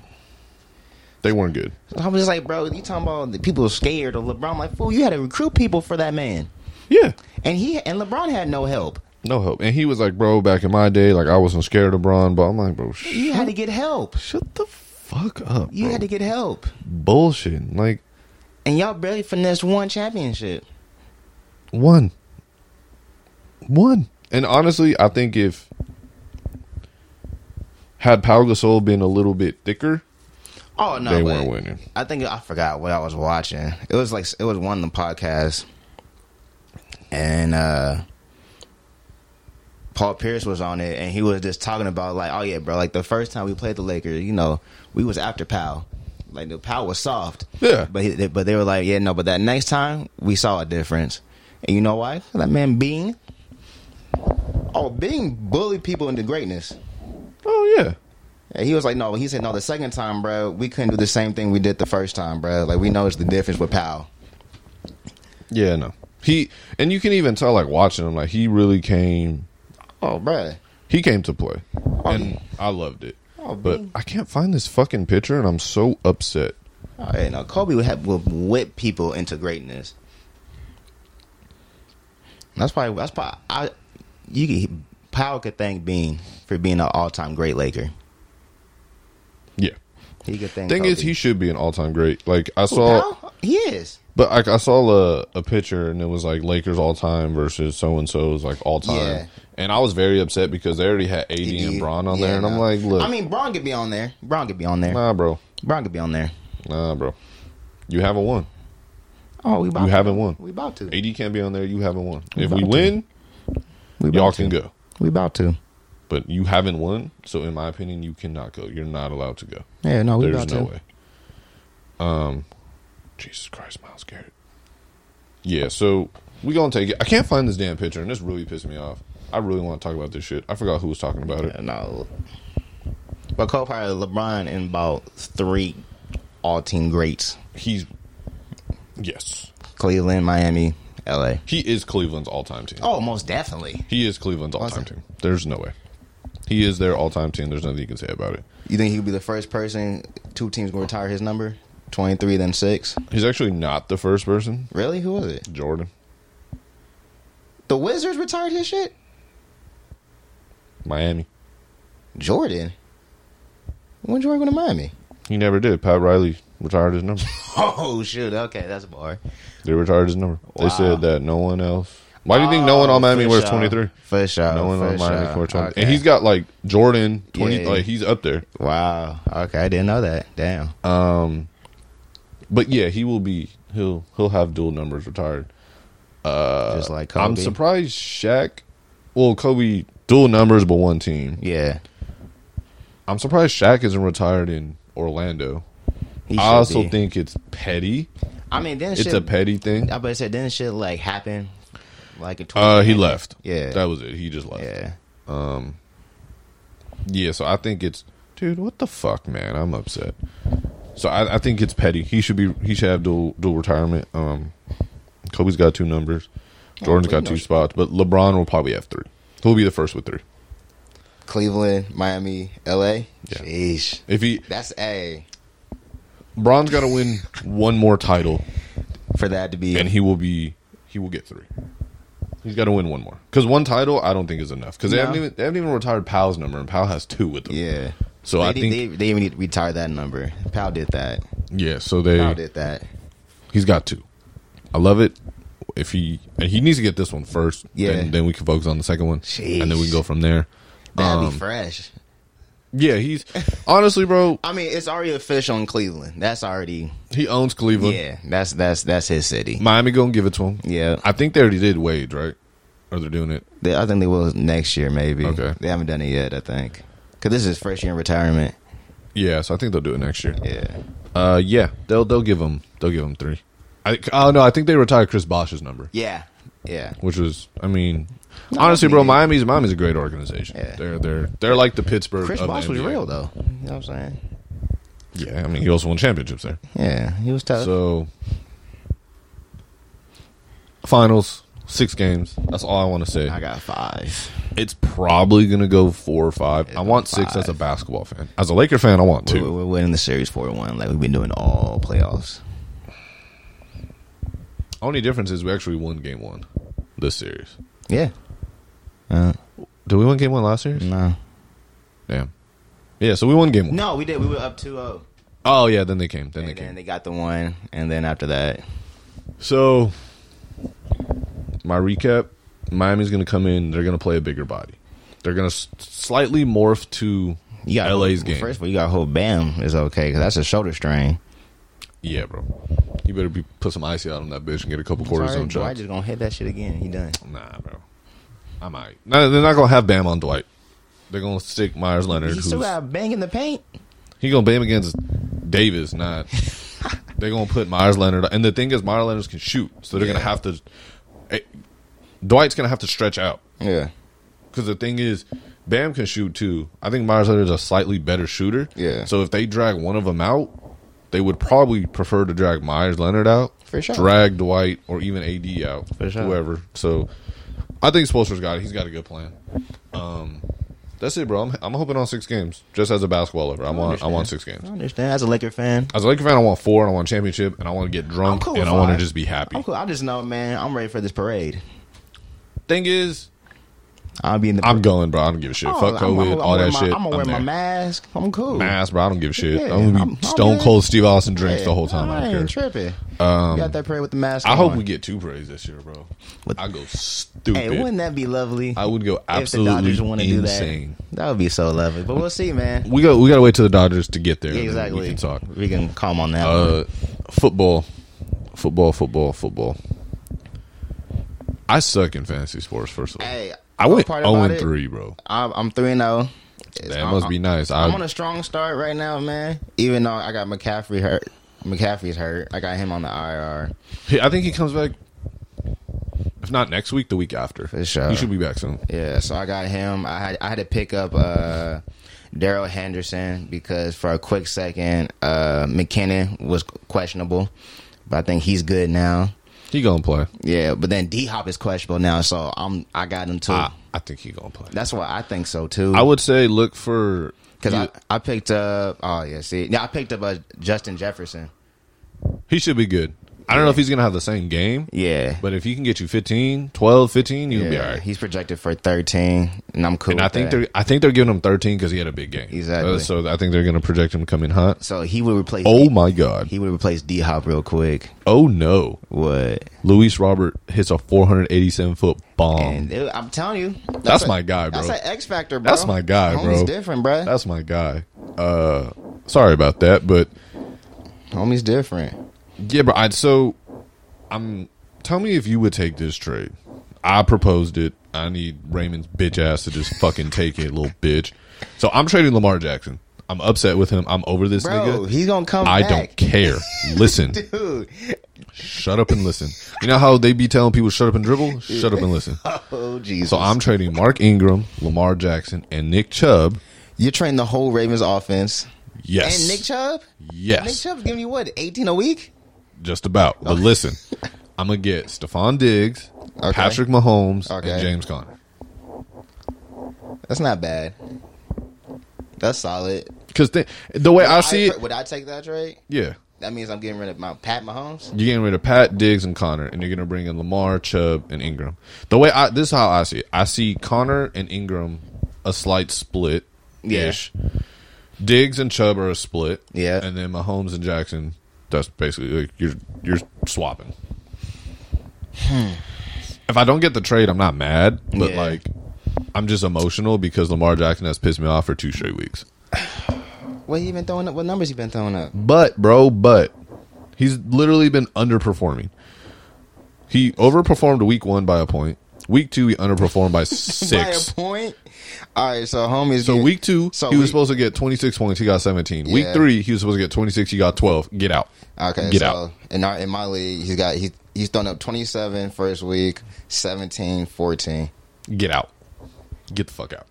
They weren't good.
I was just like, bro, you talking about the people scared of LeBron? I'm like, fool, you had to recruit people for that man,
Yeah,
and he and LeBron had no help.
no help. And he was like, bro, back in my day, like I wasn't scared of Braun, but I'm like, bro, sh-
You had to get help.
shut the fuck up.
You
bro.
had to get help,
bullshit. Like
and y'all barely finessed one championship.
one, one. And honestly, I think if had Pau Gasol been a little bit thicker,
Oh no,
they
but
weren't winning.
I think I forgot what I was watching. It was like it was one of the podcasts, and uh Paul Pierce was on it, and he was just talking about like, oh yeah, bro, like the first time we played the Lakers, you know, we was after Powell. Like the Powell was soft,
Yeah.
But he, but they were like, yeah, no. But that next time we saw a difference, and you know why? That man Bean, oh Bean bullied people into greatness.
Oh yeah,
And he was like, no. He said, no. The second time, bro, we couldn't do the same thing we did the first time, bro. Like we noticed the difference with Powell.
yeah. No, he and you can even tell like watching him, like he really came.
Oh, bro.
He came to play,
Oh, yeah.
and I loved it.
Oh,
but
man.
I can't find this fucking picture, and I'm so upset.
Oh, yeah, no. Kobe would have would whip people into greatness. That's probably that's probably I. You could, Powell could thank Bean for being an all-time great Laker.
Yeah,
He could thank.
thing
Kobe.
is, he should be an all time great. Like I saw,
Powell? he is.
but I, I saw a, a picture, and it was like Lakers all time versus so and so's like all time,
Yeah.
and I was very upset because they already had AD and Braun on
Yeah,
there, and I'm
no.
like, look,
I mean, Braun could be on there. Braun could be on there.
nah, bro,
Braun could be on there.
nah, bro, you haven't won.
Oh, we about
You
to.
haven't won.
We about to.
AD can't be on there. You haven't won. If
about
we
to.
win,
We about
y'all
to.
can go.
We about to.
But you haven't won, so in my opinion, you cannot go. You're not allowed to go.
Yeah, no, Oh, we
There's
about
no
to.
way. Um, Jesus Christ, Miles Garrett. Yeah, so we gonna take it. I can't find this damn picture, and this really pissed me off. I really want to talk about this shit. I forgot who was talking about it.
Yeah, No. But Cole probably LeBron in about three all team greats.
He's yes,
Cleveland, Miami, LA.
he is Cleveland's all-time team.
Oh, most definitely.
He is Cleveland's all-time
Awesome.
team. There's no way. He is their all-time team. There's nothing you can say about it.
You think he would be the first person two teams gonna retire his number? Twenty three then six?
He's actually not the first person.
Really? Who was it?
Jordan.
The Wizards retired his shit?
Miami.
Jordan. When Jordan went to Miami?
He never did. Pat Riley retired his number.
Oh shoot, okay, that's a bar.
they retired his number. They
Wow. Oh,
said that no one else. Why do you think no one on Miami wears 23?
For sure.
No one
for
on Miami
sure.
for twenty,
Okay.
and he's got like Jordan twenty.
Yeah.
Like he's up there.
Wow. Okay, I didn't know that. Damn.
But yeah, he will be. He'll he'll have dual numbers retired.
Just like Kobe.
Uh, I'm surprised Shaq. Well, Kobe dual numbers, but one team.
Yeah.
I'm surprised Shaq isn't retired in Orlando.
He
I
should
also
be.
think it's petty.
I mean, then
It's
shit,
a petty thing.
I bet said then shit like happen, like in
Uh, he left.
Yeah.
that was it. He just left.
Yeah,
Yeah, so I think it's dude, what the fuck, man? I'm upset. So I, I think it's petty. He should be he should have dual dual retirement. Um Kobe's got two numbers. Jordan's
we
got
know
two
she-
spots, but LeBron will probably have three. He'll be the first with three.
Cleveland, Miami, L.A.
Yeah.
Sheesh,
If he
that's a
Bron's gotta win one more title
for that to be.
and he will be he will get three. He's gotta win one more. Because one title I don't think is enough. Because they
No.
haven't even they haven't even retired Powell's number and Powell has two with them.
yeah,
So
they,
I
did-
think
they, they even need to retire that number. Powell did that.
Yeah, so they
Powell did that.
he's got two. I love it. If he and he needs to get this one first,
Yeah.
Then, then we can focus on the second one, and then we
Jeez.
can go from there.
That'd
Um,
be fresh.
Yeah, he's honestly, bro.
I mean, it's already official in Cleveland. That's already
He owns Cleveland.
yeah. That's that's that's his city.
Miami gonna give it to him.
Yeah,
I think they already did Wade, right? Or they're doing it.
They- I think they will next year maybe.
Okay.
they haven't done it yet. I think because this is his first year in retirement.
Yeah, so I think they'll do it next year.
Yeah,
Uh, yeah, they'll they'll give him they'll give him three. I oh no, I think they retired Chris Bosch's number,
yeah, yeah.
which was I mean, honestly,
I
bro,
mean-
Miami's Miami's a great organization.
Yeah.
They're they're they're like the Pittsburgh.
Chris
of the
Bosh was
NBA.
real though. You know what I'm saying?
Yeah, I mean, he also won championships there.
Yeah, he was tough.
So finals, six games. That's all I want to say.
I got five.
It's probably gonna go four or five. I want six
five.
as a basketball fan. As a Laker fan, I want
we
two.
We're, we're winning the series four one like we've been doing all playoffs.
Only difference is we actually won game one this series.
Yeah. Uh,
Did we win game one last series?
no.
Damn. Mm. Yeah, so we won game one.
No, we did. We were up 2-0.
Oh yeah, then they came. Then
And
they
then
came.
they got the one, and then after that,
so my recap: Miami's gonna come in. They're gonna play a bigger body. They're gonna s- slightly morph to
you got
LA's game.
First of all, you got whole Bam is okay because that's a shoulder strain.
Yeah, bro. You better be put some icy out on that bitch and get a couple quarters
Sorry,
on
Dwight
shots.
just gonna hit that shit again. He done.
Nah, bro. I might. No, they're not gonna have Bam on Dwight. They're gonna stick Myers Leonard.
You
Who's,
still got bang in the paint.
he gonna Bam against Davis?
[laughs]
Not. they're gonna put Myers Leonard. And the thing is, Myers Leonard can shoot, so they're gonna
Yeah.
have to. eh, Dwight's gonna have to stretch out
Yeah,
because the thing is, Bam can shoot too. I think Myers Leonard's a slightly better shooter.
Yeah.
So if they drag one of them out, they would probably prefer to drag Myers Leonard out,
For sure.
drag Dwight or even AD out,
For sure.
whoever. So I think Spoelstra's got it. He's got a good plan. Um, that's it, bro. I'm, I'm hoping on six games, just as a basketball lover. I want I want six
I
games.
understand. As a Laker fan,
As a Laker fan, I want four, and I want a championship, and I want to get drunk,
cool
and
with
I want to
five.
just be happy.
I'm cool. I just know, man. I'm ready for this parade.
Thing is,
I'll be in the.
I'm going, bro. I don't give a shit.
Oh,
Fuck
I'm- I'm-
COVID,
I'm
all
wearing
that
my-
shit.
I'm gonna wear my
there.
mask. I'm cool.
mask, bro. I don't give a shit.
Yeah,
I'm gonna be
I'm- I'm
stone
good.
cold Steve Austin drinks
Yeah,
the whole time. I
I
don't
ain't
care. Um,
tripping. you got that parade with the mask.
I hope
on.
we get two praise this year, bro.
What-
I go stupid.
Hey, wouldn't that be lovely?
I would go
if the Dodgers
absolutely
want to do that,
insane.
that would be so lovely. But we'll see, man.
We go. We gotta wait till the Dodgers to get there. and then
exactly.
We can talk.
We can calm on that. one.
Uh, football, football, football, football. I suck in fantasy sports. First of all,
Hey,
I went
part
zero
about
and
it-
three, bro.
I'm, I'm three and zero. It's-
That
I'm-
must be
I'm-
nice.
I'm
I-
on a strong start right now, man. Even though I got McCaffrey hurt, McCaffrey's hurt. I got him on the IR.
He- I think he comes back. If not next week, the week after.
For sure.
He should be back soon.
Yeah, so I got him. I had I had to pick up uh, Daryl Henderson because for a quick second, uh, McKinnon was questionable, but I think he's good now.
He gonna play.
Yeah, but then D Hop is questionable now, so I'm I got him too.
I, I think he gonna play.
That's why I think so too.
Ah. I would say look for
Because I, I picked up, oh, yeah, see, yeah, I picked up uh, Justin Jefferson.
he should be good. I don't know if he's gonna have the same game,
Yeah.
but if he can get you 15, 12, 15, you'll be all right.
He's projected for 13, and I'm cool
And I
with
think
that.
they're I think they're giving him 13 because he had a big game.
Exactly.
Uh, so I think they're gonna project him coming hot.
So he would replace.
Oh my god.
He would replace D Hop real quick.
Oh no.
What?
Luis Robert hits a 487 foot bomb.
And it- I'm telling you, that's,
Oh. That's
a-
my guy, bro.
That's an X factor, bro.
That's my guy,
Homie's
bro.
different, bro.
That's my guy. Uh, sorry about that, but
Homie's different.
yeah, bro. I, so I'm. Tell me if you would take this trade. I proposed it. I need Raymond's bitch ass to just fucking take it, little bitch. So I'm trading Lamar Jackson. I'm upset with him. I'm over this
Bro,
nigga.
he's gonna come
I don't
back.
care.
[laughs]
Listen,
Dude,
shut up and listen. You know how they be telling people shut up and dribble? Shut up and
[laughs]
listen.
oh Jesus!
So I'm trading Mark Ingram, Lamar Jackson, and Nick Chubb.
You're training the whole Ravens offense,
Yes.
and Nick Chubb.
Yes.
Nick Chubb's giving you what, 18 a week?
Just about. But listen,
[laughs]
I'm gonna get Stephon Diggs,
Okay.
Patrick Mahomes,
Okay.
and James Conner.
That's not bad. That's solid.
Because the, the way I see
I-
it,
Would I take that trade?
yeah,
That means I'm getting rid of my Pat Mahomes.
you're getting rid of Pat Diggs and Connor, and you're gonna bring in Lamar, Chubb, and Ingram. The way I this is how I see it, I see Connor and Ingram a slight split ish. Diggs and Chubb are a split,
Yeah.
and then Mahomes and Jackson. That's basically like you're you're swapping. If I don't get the trade, I'm not mad, but
Hmm. Yeah.
like I'm just emotional because Lamar Jackson has pissed me off for two straight weeks.
What he been throwing up? What numbers he been throwing up?
But bro, but he's literally been underperforming. He overperformed week one by a point. Week two, he underperformed
[laughs]
by six.
By a point. All right, so homies.
So
get-
week two,
So
he was
we-
supposed to get 26 points. He got 17. Week
Yeah.
three, he was supposed to get 26. He got 12. Get out.
Okay,
Get
so
out.
in our in my league, he's got he he's thrown up 27 first week, 17, 14.
Get out. Get the fuck out.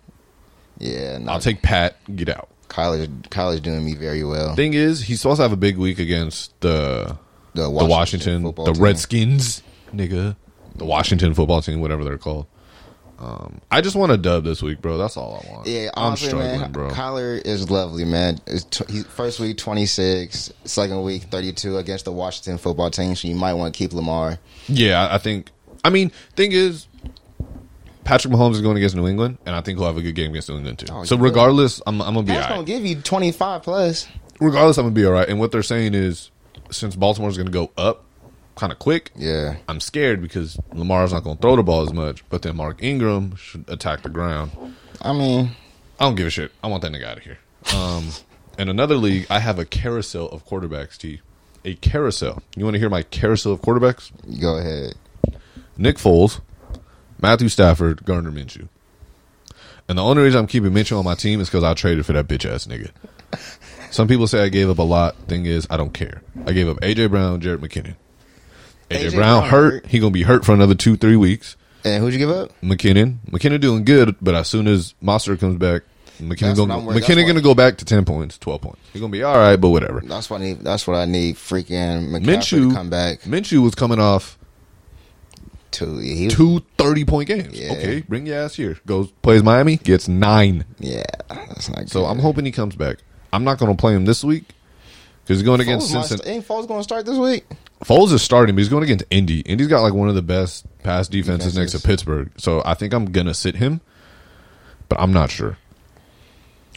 Yeah, no,
I'll take Pat. Get out.
college college doing me very well.
Thing is, he's supposed to have a big week against the
The
the Washington,
football
the
team.
Redskins, nigga, the Washington football team, whatever they're called. Um, I just want a dub this week, bro. That's all I want.
Yeah, honestly,
I'm struggling,
man,
bro.
Kyler is lovely, man. It's tw- he, first week 26, second week 32 against the Washington football team, so you might want to keep Lamar.
yeah, I- I think. I mean, thing is, Patrick Mahomes is going against New England, and I think he'll have a good game against New England too.
Oh,
so
yeah.
regardless, I'm, I'm gonna be all
That's
right.
going to give you 25 plus.
regardless, I'm gonna be all right. And what they're saying is, since Baltimore's gonna go up kind of quick,
Yeah.
I'm scared because Lamar's not gonna throw the ball as much. But then Mark Ingram should attack the ground.
I mean,
I don't give a shit. I want that nigga out of here. Um, [laughs] in another league, I have a carousel of quarterbacks. T, a carousel. You want to hear my carousel of quarterbacks?
go ahead.
Nick Foles, Matthew Stafford, Gardner Minshew. And the only reason I'm keeping Minshew on my team is because I traded for that bitch ass nigga. Some people say I gave up a lot. Thing is, I don't care. I gave up AJ Brown, Jared McKinnon. AJ,
AJ
Brown,
Brown
hurt.
hurt.
He gonna be hurt for another two, three weeks.
And who'd you give up?
McKinnon, McKinnon doing good, but as soon as Monster comes back, McKinnon
That's
gonna,
what I'm worried-
McKinnon
that's
gonna
what-
go back to ten points, twelve points. He's gonna be all right, but whatever.
That's what I need. That's what I need. Freaking McCaffrey
Minshew
to come back
Minshew was coming off
to he,
two 30 point games.
Yeah.
Okay, bring your ass here. Goes plays Miami, gets nine.
Yeah, that's not good.
So I'm hoping he comes back. I'm not going to play him this week because he's going against
Foles might st-
Cincinnati.
ain't Foles going to start this week?
Foles is starting, but he's going against Indy. Indy's got like one of the best pass defenses next to
Defenses.
Pittsburgh. So I think I'm going to sit him, but I'm not sure.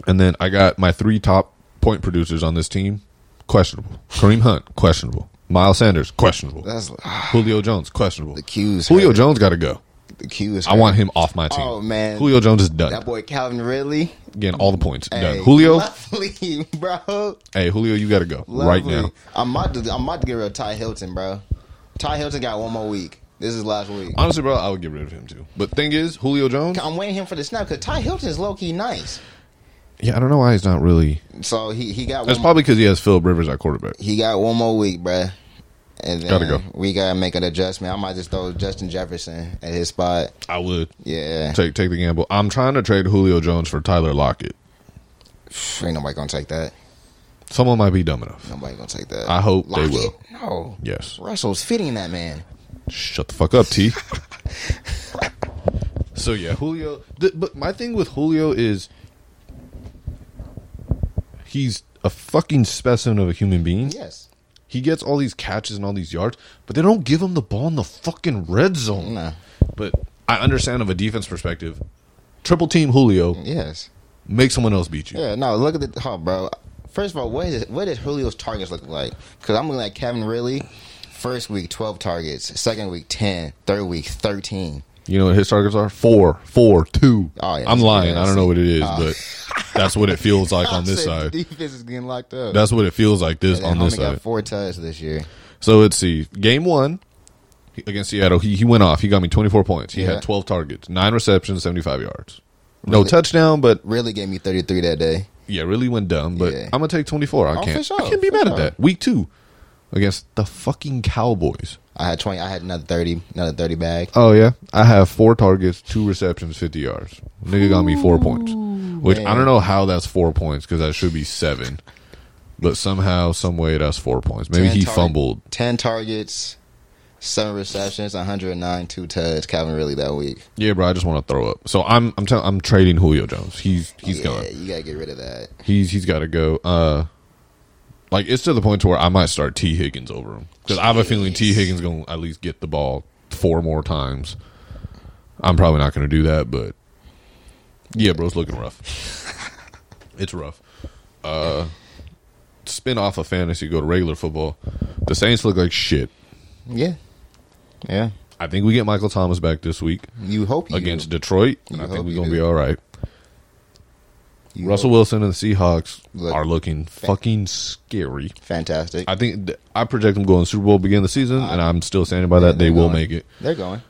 And then I got my three top point producers on this team questionable. Kareem Hunt, questionable. Miles Sanders, questionable.
That's ah,
Julio Jones, questionable.
the Q's.
Julio
hurt.
Jones got to go.
the Q is.
I want him off my team.
Oh, man.
Julio Jones is done.
that boy Calvin Ridley.
Getting all the points.
Hey,
done. Julio,
lovely, [laughs] bro.
hey Julio, you got to go
Lovely.
right now.
I'm about to. I'm about to get rid of Ty Hilton, bro. Ty Hilton got one more week. This is last week.
Honestly, bro, I would get rid of him too. But thing is, Julio Jones.
I'm waiting him for the snap because Ty Hilton is low key nice.
Yeah, I don't know why he's not really.
So he he got
That's
one,
probably because he has Philip Rivers at quarterback.
he got one more week, bro. And then
Gotta go.
we gotta make an adjustment. I might just throw Justin Jefferson at his spot.
I would
Yeah,
take take the gamble. I'm trying to trade Julio Jones for Tyler Lockett.
ain't nobody gonna take that.
Someone might be dumb enough.
Nobody gonna take that.
I hope they
Lock it?
will.
No.
Yes.
Russell's fitting that man.
Shut the fuck up, T. [laughs] so yeah, Julio. Th- but my thing with Julio is he's a fucking specimen of a human being.
Yes.
He gets all these catches and all these yards, but they don't give him the ball in the fucking red zone.
No.
But I understand of a defense perspective. Triple team Julio,
Yes.
make someone else beat you.
Yeah. No. Look at the oh, bro. First of all, what is what is Julio's targets look like? Because I'm looking at Kevin Ridley. First week, twelve targets. Second week, 10. Third week, thirteen.
You know what his targets are? Four, four, two.
Oh, yeah,
I'm
that's-
lying.
yeah,
I don't
that's-
know what it is, but that's what it feels like on
[laughs]
this
I said
side.
defense is getting locked up.
That's what it feels like this
And
on
homie
this
got
side.
four touchdowns this year.
So let's see. Game one he- against Seattle, he, he went off. He got me 24 points. He
Yeah.
had 12 targets, nine receptions, 75 yards. No touchdown, but
Really gave me thirty three that day.
yeah, really went dumb. But
Yeah. Oh,
I'm gonna take 24. I
for
can't.
sure,
I can't be
for
mad at
sure.
that. Week two against the fucking Cowboys.
I had twenty. I had another thirty. Another thirty bag.
Oh yeah, I have four targets, two receptions, 50 yards. Nigga got me four points, which I
man.
don't know how that's four points because that should be seven. But somehow, some way, that's four points. Maybe
10
he
tar-
fumbled.
10 targets, 7 receptions, 109, 2 touchdowns. Calvin really that week.
Yeah, bro, I just want to throw up. So I'm I'm tell- I'm trading Julio Jones. He's he's
yeah,
gone.
You got to get rid of that.
He's he's got to go. Uh, like it's to the point to where I might start T Higgins over him because I have a feeling T Higgins gonna at least get the ball four more times. I'm probably not gonna do that, but yeah, bro, it's looking rough.
[laughs]
it's rough. Uh, spin off of fantasy, go to regular football. The Saints look like shit.
Yeah. Yeah.
I think we get Michael Thomas back this week
You hope you
against Detroit, and
You
I
hope
think we're
you
gonna
do.
be all right.
you
Russell
hope.
Wilson and the Seahawks
Look-
are looking fucking scary.
fantastic.
I think th- I project them going Super Bowl begin of the season, and I'm still standing by that. They
they're
will
going.
make it.
They're going.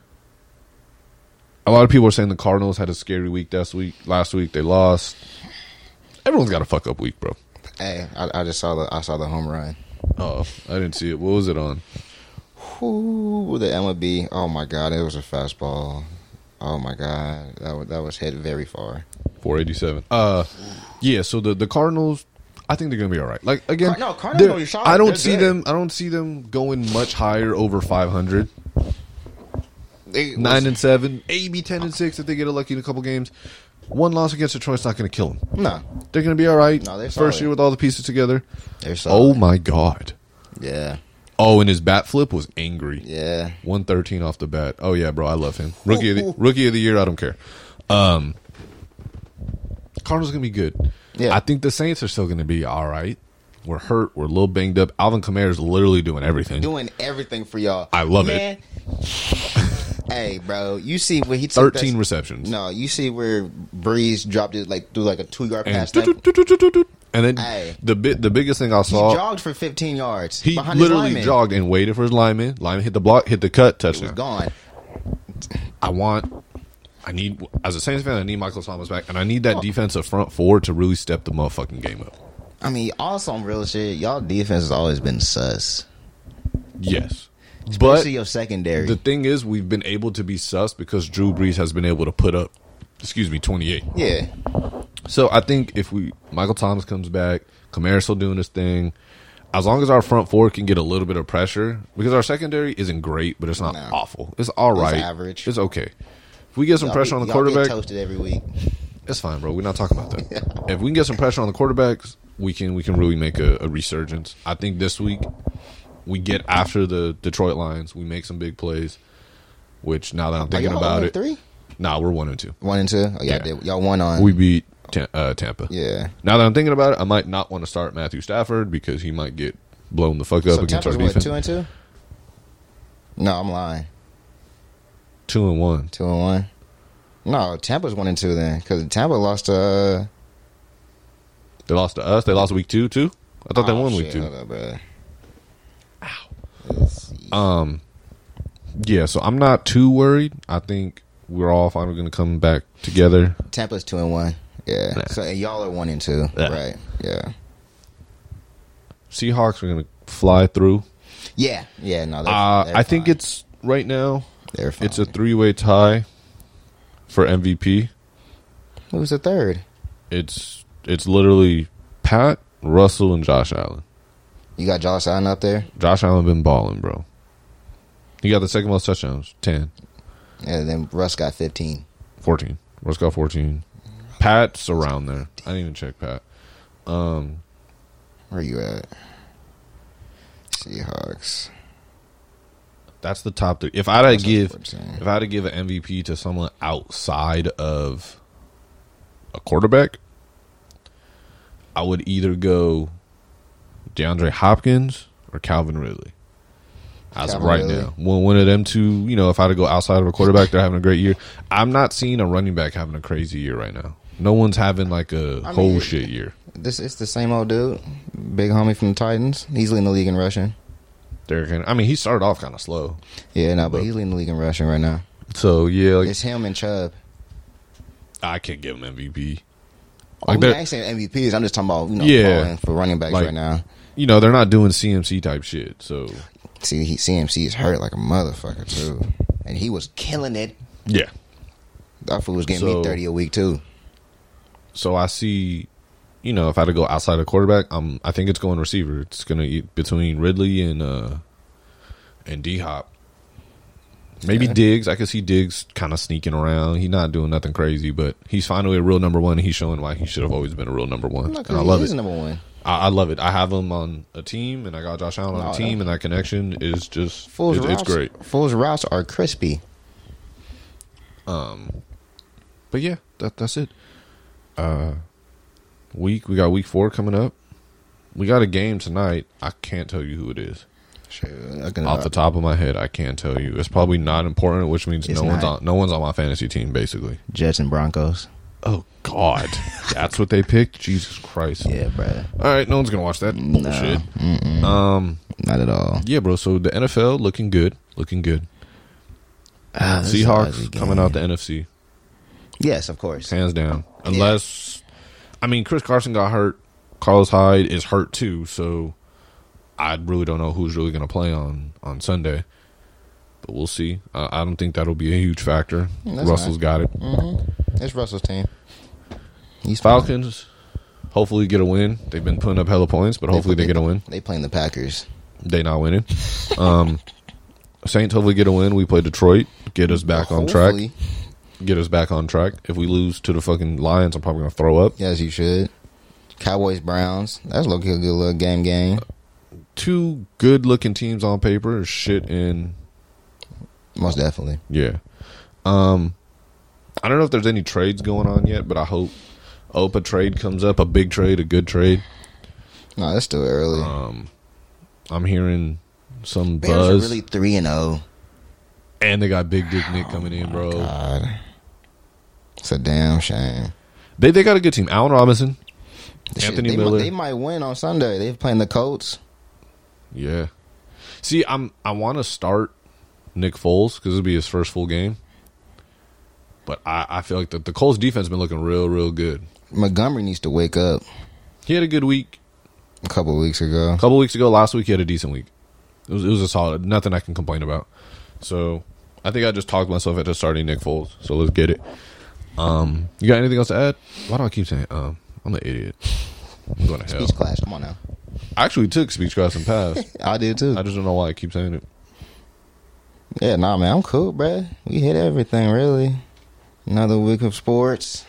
A lot of people are saying the Cardinals had a scary week last week. Last week they lost. Everyone's got a fuck up week, bro.
Hey, I, I just saw the I saw the home run.
Oh, I didn't see it. What was it on?
Whoo, the MLB. Oh my god, it was a fastball. Oh my god, that was, that was hit very far.
487. Uh, yeah. So the the Cardinals, I think they're gonna be all right. Like again,
Car- no, Cardinals
they're-
know you're solid.
I don't
They're
see
good.
them. I don't see them going much higher over 500.
They-
Nine and seven, maybe ten and six if they get lucky in a couple games. One loss against Detroit's not gonna kill them.
no,
They're gonna be all right.
No, they're
first
solid.
year with all the pieces together.
they're
Oh
solid.
my god.
yeah,
Oh, and his bat flip was angry.
yeah.
113 off the bat. Oh yeah, bro, I love him. Rookie of
[laughs]
the, rookie of the year, I don't care. Um Cardinals going to be good.
Yeah.
I think the Saints are still going to be all right. We're hurt, we're a little banged up. Alvin Kamara's literally doing everything.
Doing everything for y'all.
I love
[laughs] Man. hey, bro, you see where he took
13
that-
receptions.
No, you see where Breeze dropped it like through like a two yard
And,
pass. doot,
and then
Hey.
the bi- the biggest thing I
He
saw,
jogged for 15 yards.
he,
behind his
literally
lineman.
jogged and waited for his lineman. Lineman hit the block, hit the cut,
He was
touchdown.
gone.
I want. I need as a Saints fan, I need Michael Thomas back, and I need that defensive front four to really step the motherfucking game up.
I mean, also on real shit, y'all defense has always been sus.
Yes,
But
but
your secondary.
the thing is, we've been able to be sus because Drew Brees has been able to put up, excuse me, twenty eight.
yeah.
So I think if we Michael Thomas comes back, Kamara's still doing his thing. As long as our front four can get a little bit of pressure, because our secondary isn't great, but it's not
No.
awful. It's all right.
average.
It's okay. If we get some
Y'all
pressure
get-
on the
y'all get
quarterback,
toasted every week.
It's fine, bro. We're not talking about that. If we can get some pressure on the quarterbacks, we can we can really make a, a resurgence. I think this week we get after the Detroit Lions. We make some big plays. Which now that I'm thinking
y'all
about
one and
it,
three?
nah, we're one and two.
One and two. Oh, y'all
Yeah.
did. Y'all won on.
We beat Ta- uh, Tampa.
yeah.
Now that I'm thinking about it, I might not want to start Matthew Stafford because he might get blown the fuck up
So
against
Tampa's
our
what,
defense.
two and two? No, I'm lying.
Two and one.
Two and one. No, Tampa's one and two then, because Tampa lost. Uh,
They lost to us. They lost week two too. I
Oh,
thought they won week two.
Ow.
Um, yeah. So I'm not too worried. I think we're all finally going to come back together.
Tampa's two and one. Yeah. So and y'all are one and two.
Yeah.
Right. Yeah.
Seahawks are going to fly through.
Yeah. Yeah. No. They're,
Uh,
they're
I think
fine.
it's right now.
They're fine.
It's a three way tie for MVP.
Who's the third?
It's it's literally Pat Russell and Josh Allen.
You got Josh Allen up there,
Josh Allen been balling, bro. He got the second most touchdowns, 10,
and then Russ got fifteen.
14. Russ got 14. Pat's around there. I didn't even check Pat.
Where you at? Seahawks.
That's the top three. If I had to give,
14.
if I had to give an MVP to someone outside of a quarterback, I would either go DeAndre Hopkins or Calvin Ridley. As of
Calvin
right
Ridley.
now, one one of them two, you know, if I had to go outside of a quarterback, they're having a great year. I'm not seeing a running back having a crazy year right now. No one's having like a
I
whole
mean-
shit year.
This is the same old dude, big homie from the Titans. He's leading the league in rushing.
Derrick Henry. I mean, he started off kind of slow.
Yeah, no, but he's leading the league in rushing right now.
So yeah, like,
It's him and Chubb.
I can't give him MVP.
Like
they're-
I ain't saying MVPs. I'm just talking about you know
Yeah.
balling for running backs
Like-
right now.
you know, they're not doing CMC type shit. So
See, he, CMC is hurt like a motherfucker too, and he was killing it.
yeah.
That fool was getting
So-
me thirty a week too.
So I see, you know, if I had to go outside of quarterback, I'm I think it's going receiver. It's gonna eat between Ridley and uh and D Hop. Maybe Diggs. I could see Diggs kind of sneaking around. He's not doing nothing crazy, but he's finally a real number one. And he's showing why he should have always been a real number one.
Look,
and I
he
love
is
it.
number one.
I, I love it. I have him on a team, and I got Josh Allen on
No,
a
that-
team, and that connection is just
Fool's
it-
routes,
it's great.
Fool's routes are crispy.
But yeah, that that's it. Uh week we got week four coming up. We got a game tonight. I can't tell you who it is.
Shit, I can-
Off the top of my head, I can't tell you. It's probably not important, which means
It's
no one's
not.
on no one's on my fantasy team, basically.
Jets and Broncos.
Oh God, [laughs] that's what they picked. Jesus Christ.
Yeah, bro.
All right, no one's gonna watch that bullshit. Um,
Not at all.
yeah, bro. So the NFL looking good, looking good.
Ah, this is an ugly
Seahawks
game.
coming out the NFC,
Yes, of course.
hands down. Unless, I mean, Chris Carson got hurt. Carlos Hyde is hurt too. So I really don't know who's really gonna play on on Sunday. But we'll see. Uh, I don't think that'll be a huge factor.
Mm,
Russell's
that's
got it.
It's Russell's team. He's fine.
Falcons. Hopefully get a win. They've been putting up hella points, but hopefully they get a win.
They playing the Packers.
they not
[laughs]
winning. Um, Saints hopefully get a win. We play Detroit, get us back on track,
Hopefully.
get us back on track. If we lose to the fucking Lions, I'm probably gonna throw up.
Yes, you should. Cowboys Browns. That's looking a good little game game.
Two good looking teams on paper, is shit, and
Most definitely.
yeah. Um, I don't know if there's any trades going on yet, but I hope I hope a trade comes up, a big trade, a good trade.
No, that's still early.
Um, I'm hearing some
Bears
buzz,
are really three and oh. zero.
and they got Big Dick Nick coming in, bro.
Oh God, it's a damn shame.
They they got a good team. Allen Robinson,
Shit,
Anthony
they,
Miller.
Might, they might win on Sunday. They're playing the Colts.
Yeah. See, I'm I want to start Nick Foles because it'll be his first full game. But I, I feel like the, the Colts defense been looking real, real good.
Montgomery needs to wake up.
He had a good week
A couple weeks ago,
a couple weeks ago. Last week he had a decent week. It was it was a solid. Nothing I can complain about. So I think I just talked myself into starting Nick Foles. So let's get it. Um, you got anything else to add? Why do I keep saying um? I'm an idiot. I'm going to hell.
speech class. Come on now.
I actually took speech class and
[laughs]
passed.
I did too.
I just don't know why I keep saying it.
yeah, nah, man. I'm cool, bruh. We hit everything, really. Another week of sports.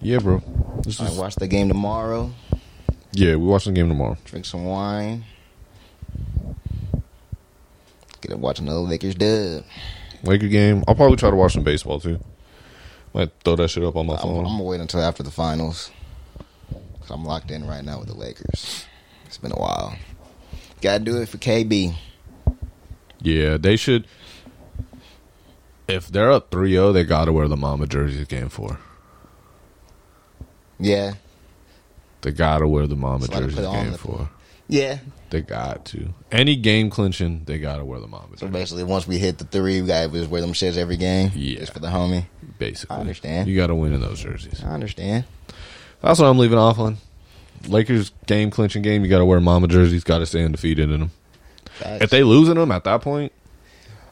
Yeah, bro. This
I
is,
watch the game tomorrow.
yeah, we watching the game tomorrow.
Drink some wine. Get to watch another Lakers dub.
Laker game. I'll probably try to watch some baseball too. Might throw that shit up on my
I'm, I'm
phone.
gonna wait until after the finals. i I'm locked in right now with the Lakers. It's been a while. Gotta do it for KB.
Yeah, they should. If they're up 3 0, they got to wear the mama jersey game for.
Yeah,
They got to wear the mama
So I gotta
jersey
put on
game
the-
for.
yeah.
They got to. Any game clinching, they got to wear the mama
So
jersey.
basically, once we hit the three, we gotta just wear them shits every game.
Yeah.
just for the homie.
Basically.
I understand.
You got to win in those jerseys.
I understand.
That's what I'm leaving off on. Lakers game clinching game, you got to wear mama jerseys. Got to stay undefeated in them.
Facts.
If they losing them at that point,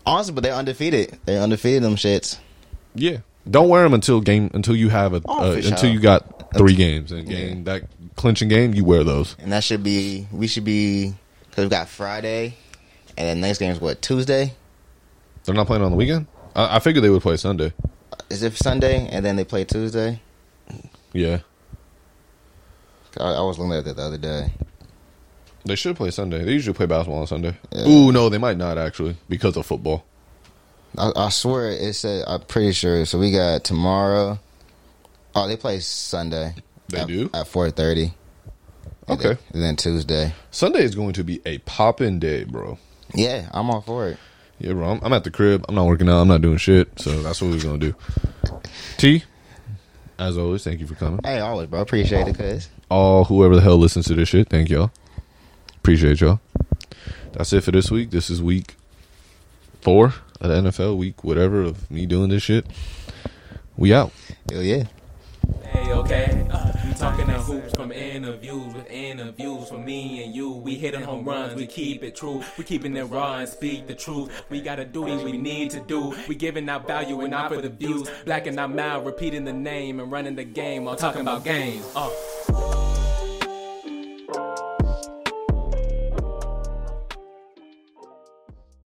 Honestly, but they're undefeated. They're undefeated. Them shits.
Yeah. Don't wear them until game until you have a
Oh,
uh,
for
until
sure.
you got three games and game that clinching game you wear those.
And that should be, we should be, because we got Friday, and then next game is what, Tuesday?
They're not playing on the weekend. I, I figured they would play Sunday.
Is it Sunday? And then they play Tuesday?
Yeah,
I, I was looking at that the other day.
they should play Sunday. They usually play basketball on Sunday.
Yeah.
Ooh, no, they might not actually because of football.
I, I swear it said, I'm pretty sure. So we got tomorrow. Oh, they play Sunday.
They
at,
do?
At 4.30. And
Okay.
then, and then Tuesday.
Sunday is going to be a poppin' day, bro.
Yeah, I'm all for it.
Yeah, bro. I'm, I'm at the crib. I'm not working out. I'm not doing shit. So that's what we're gonna do. T, as always, thank you for coming.
Hey, always, bro. Appreciate it, cuz.
all whoever the hell listens to this shit. Thank y'all. Appreciate y'all. That's it for this week. This is week four of the NFL week, whatever of me doing this shit. We out.
Hell yeah.
Hey, okay. Uh, we talking the hoops from interviews with interviews from me and you. We hitting home runs, we keep it true. We keeping it raw and speak the truth. We gotta do what we need to do. We giving out value and not for the views. Blacking our mouth, repeating the name and running the game while talking about games. Uh.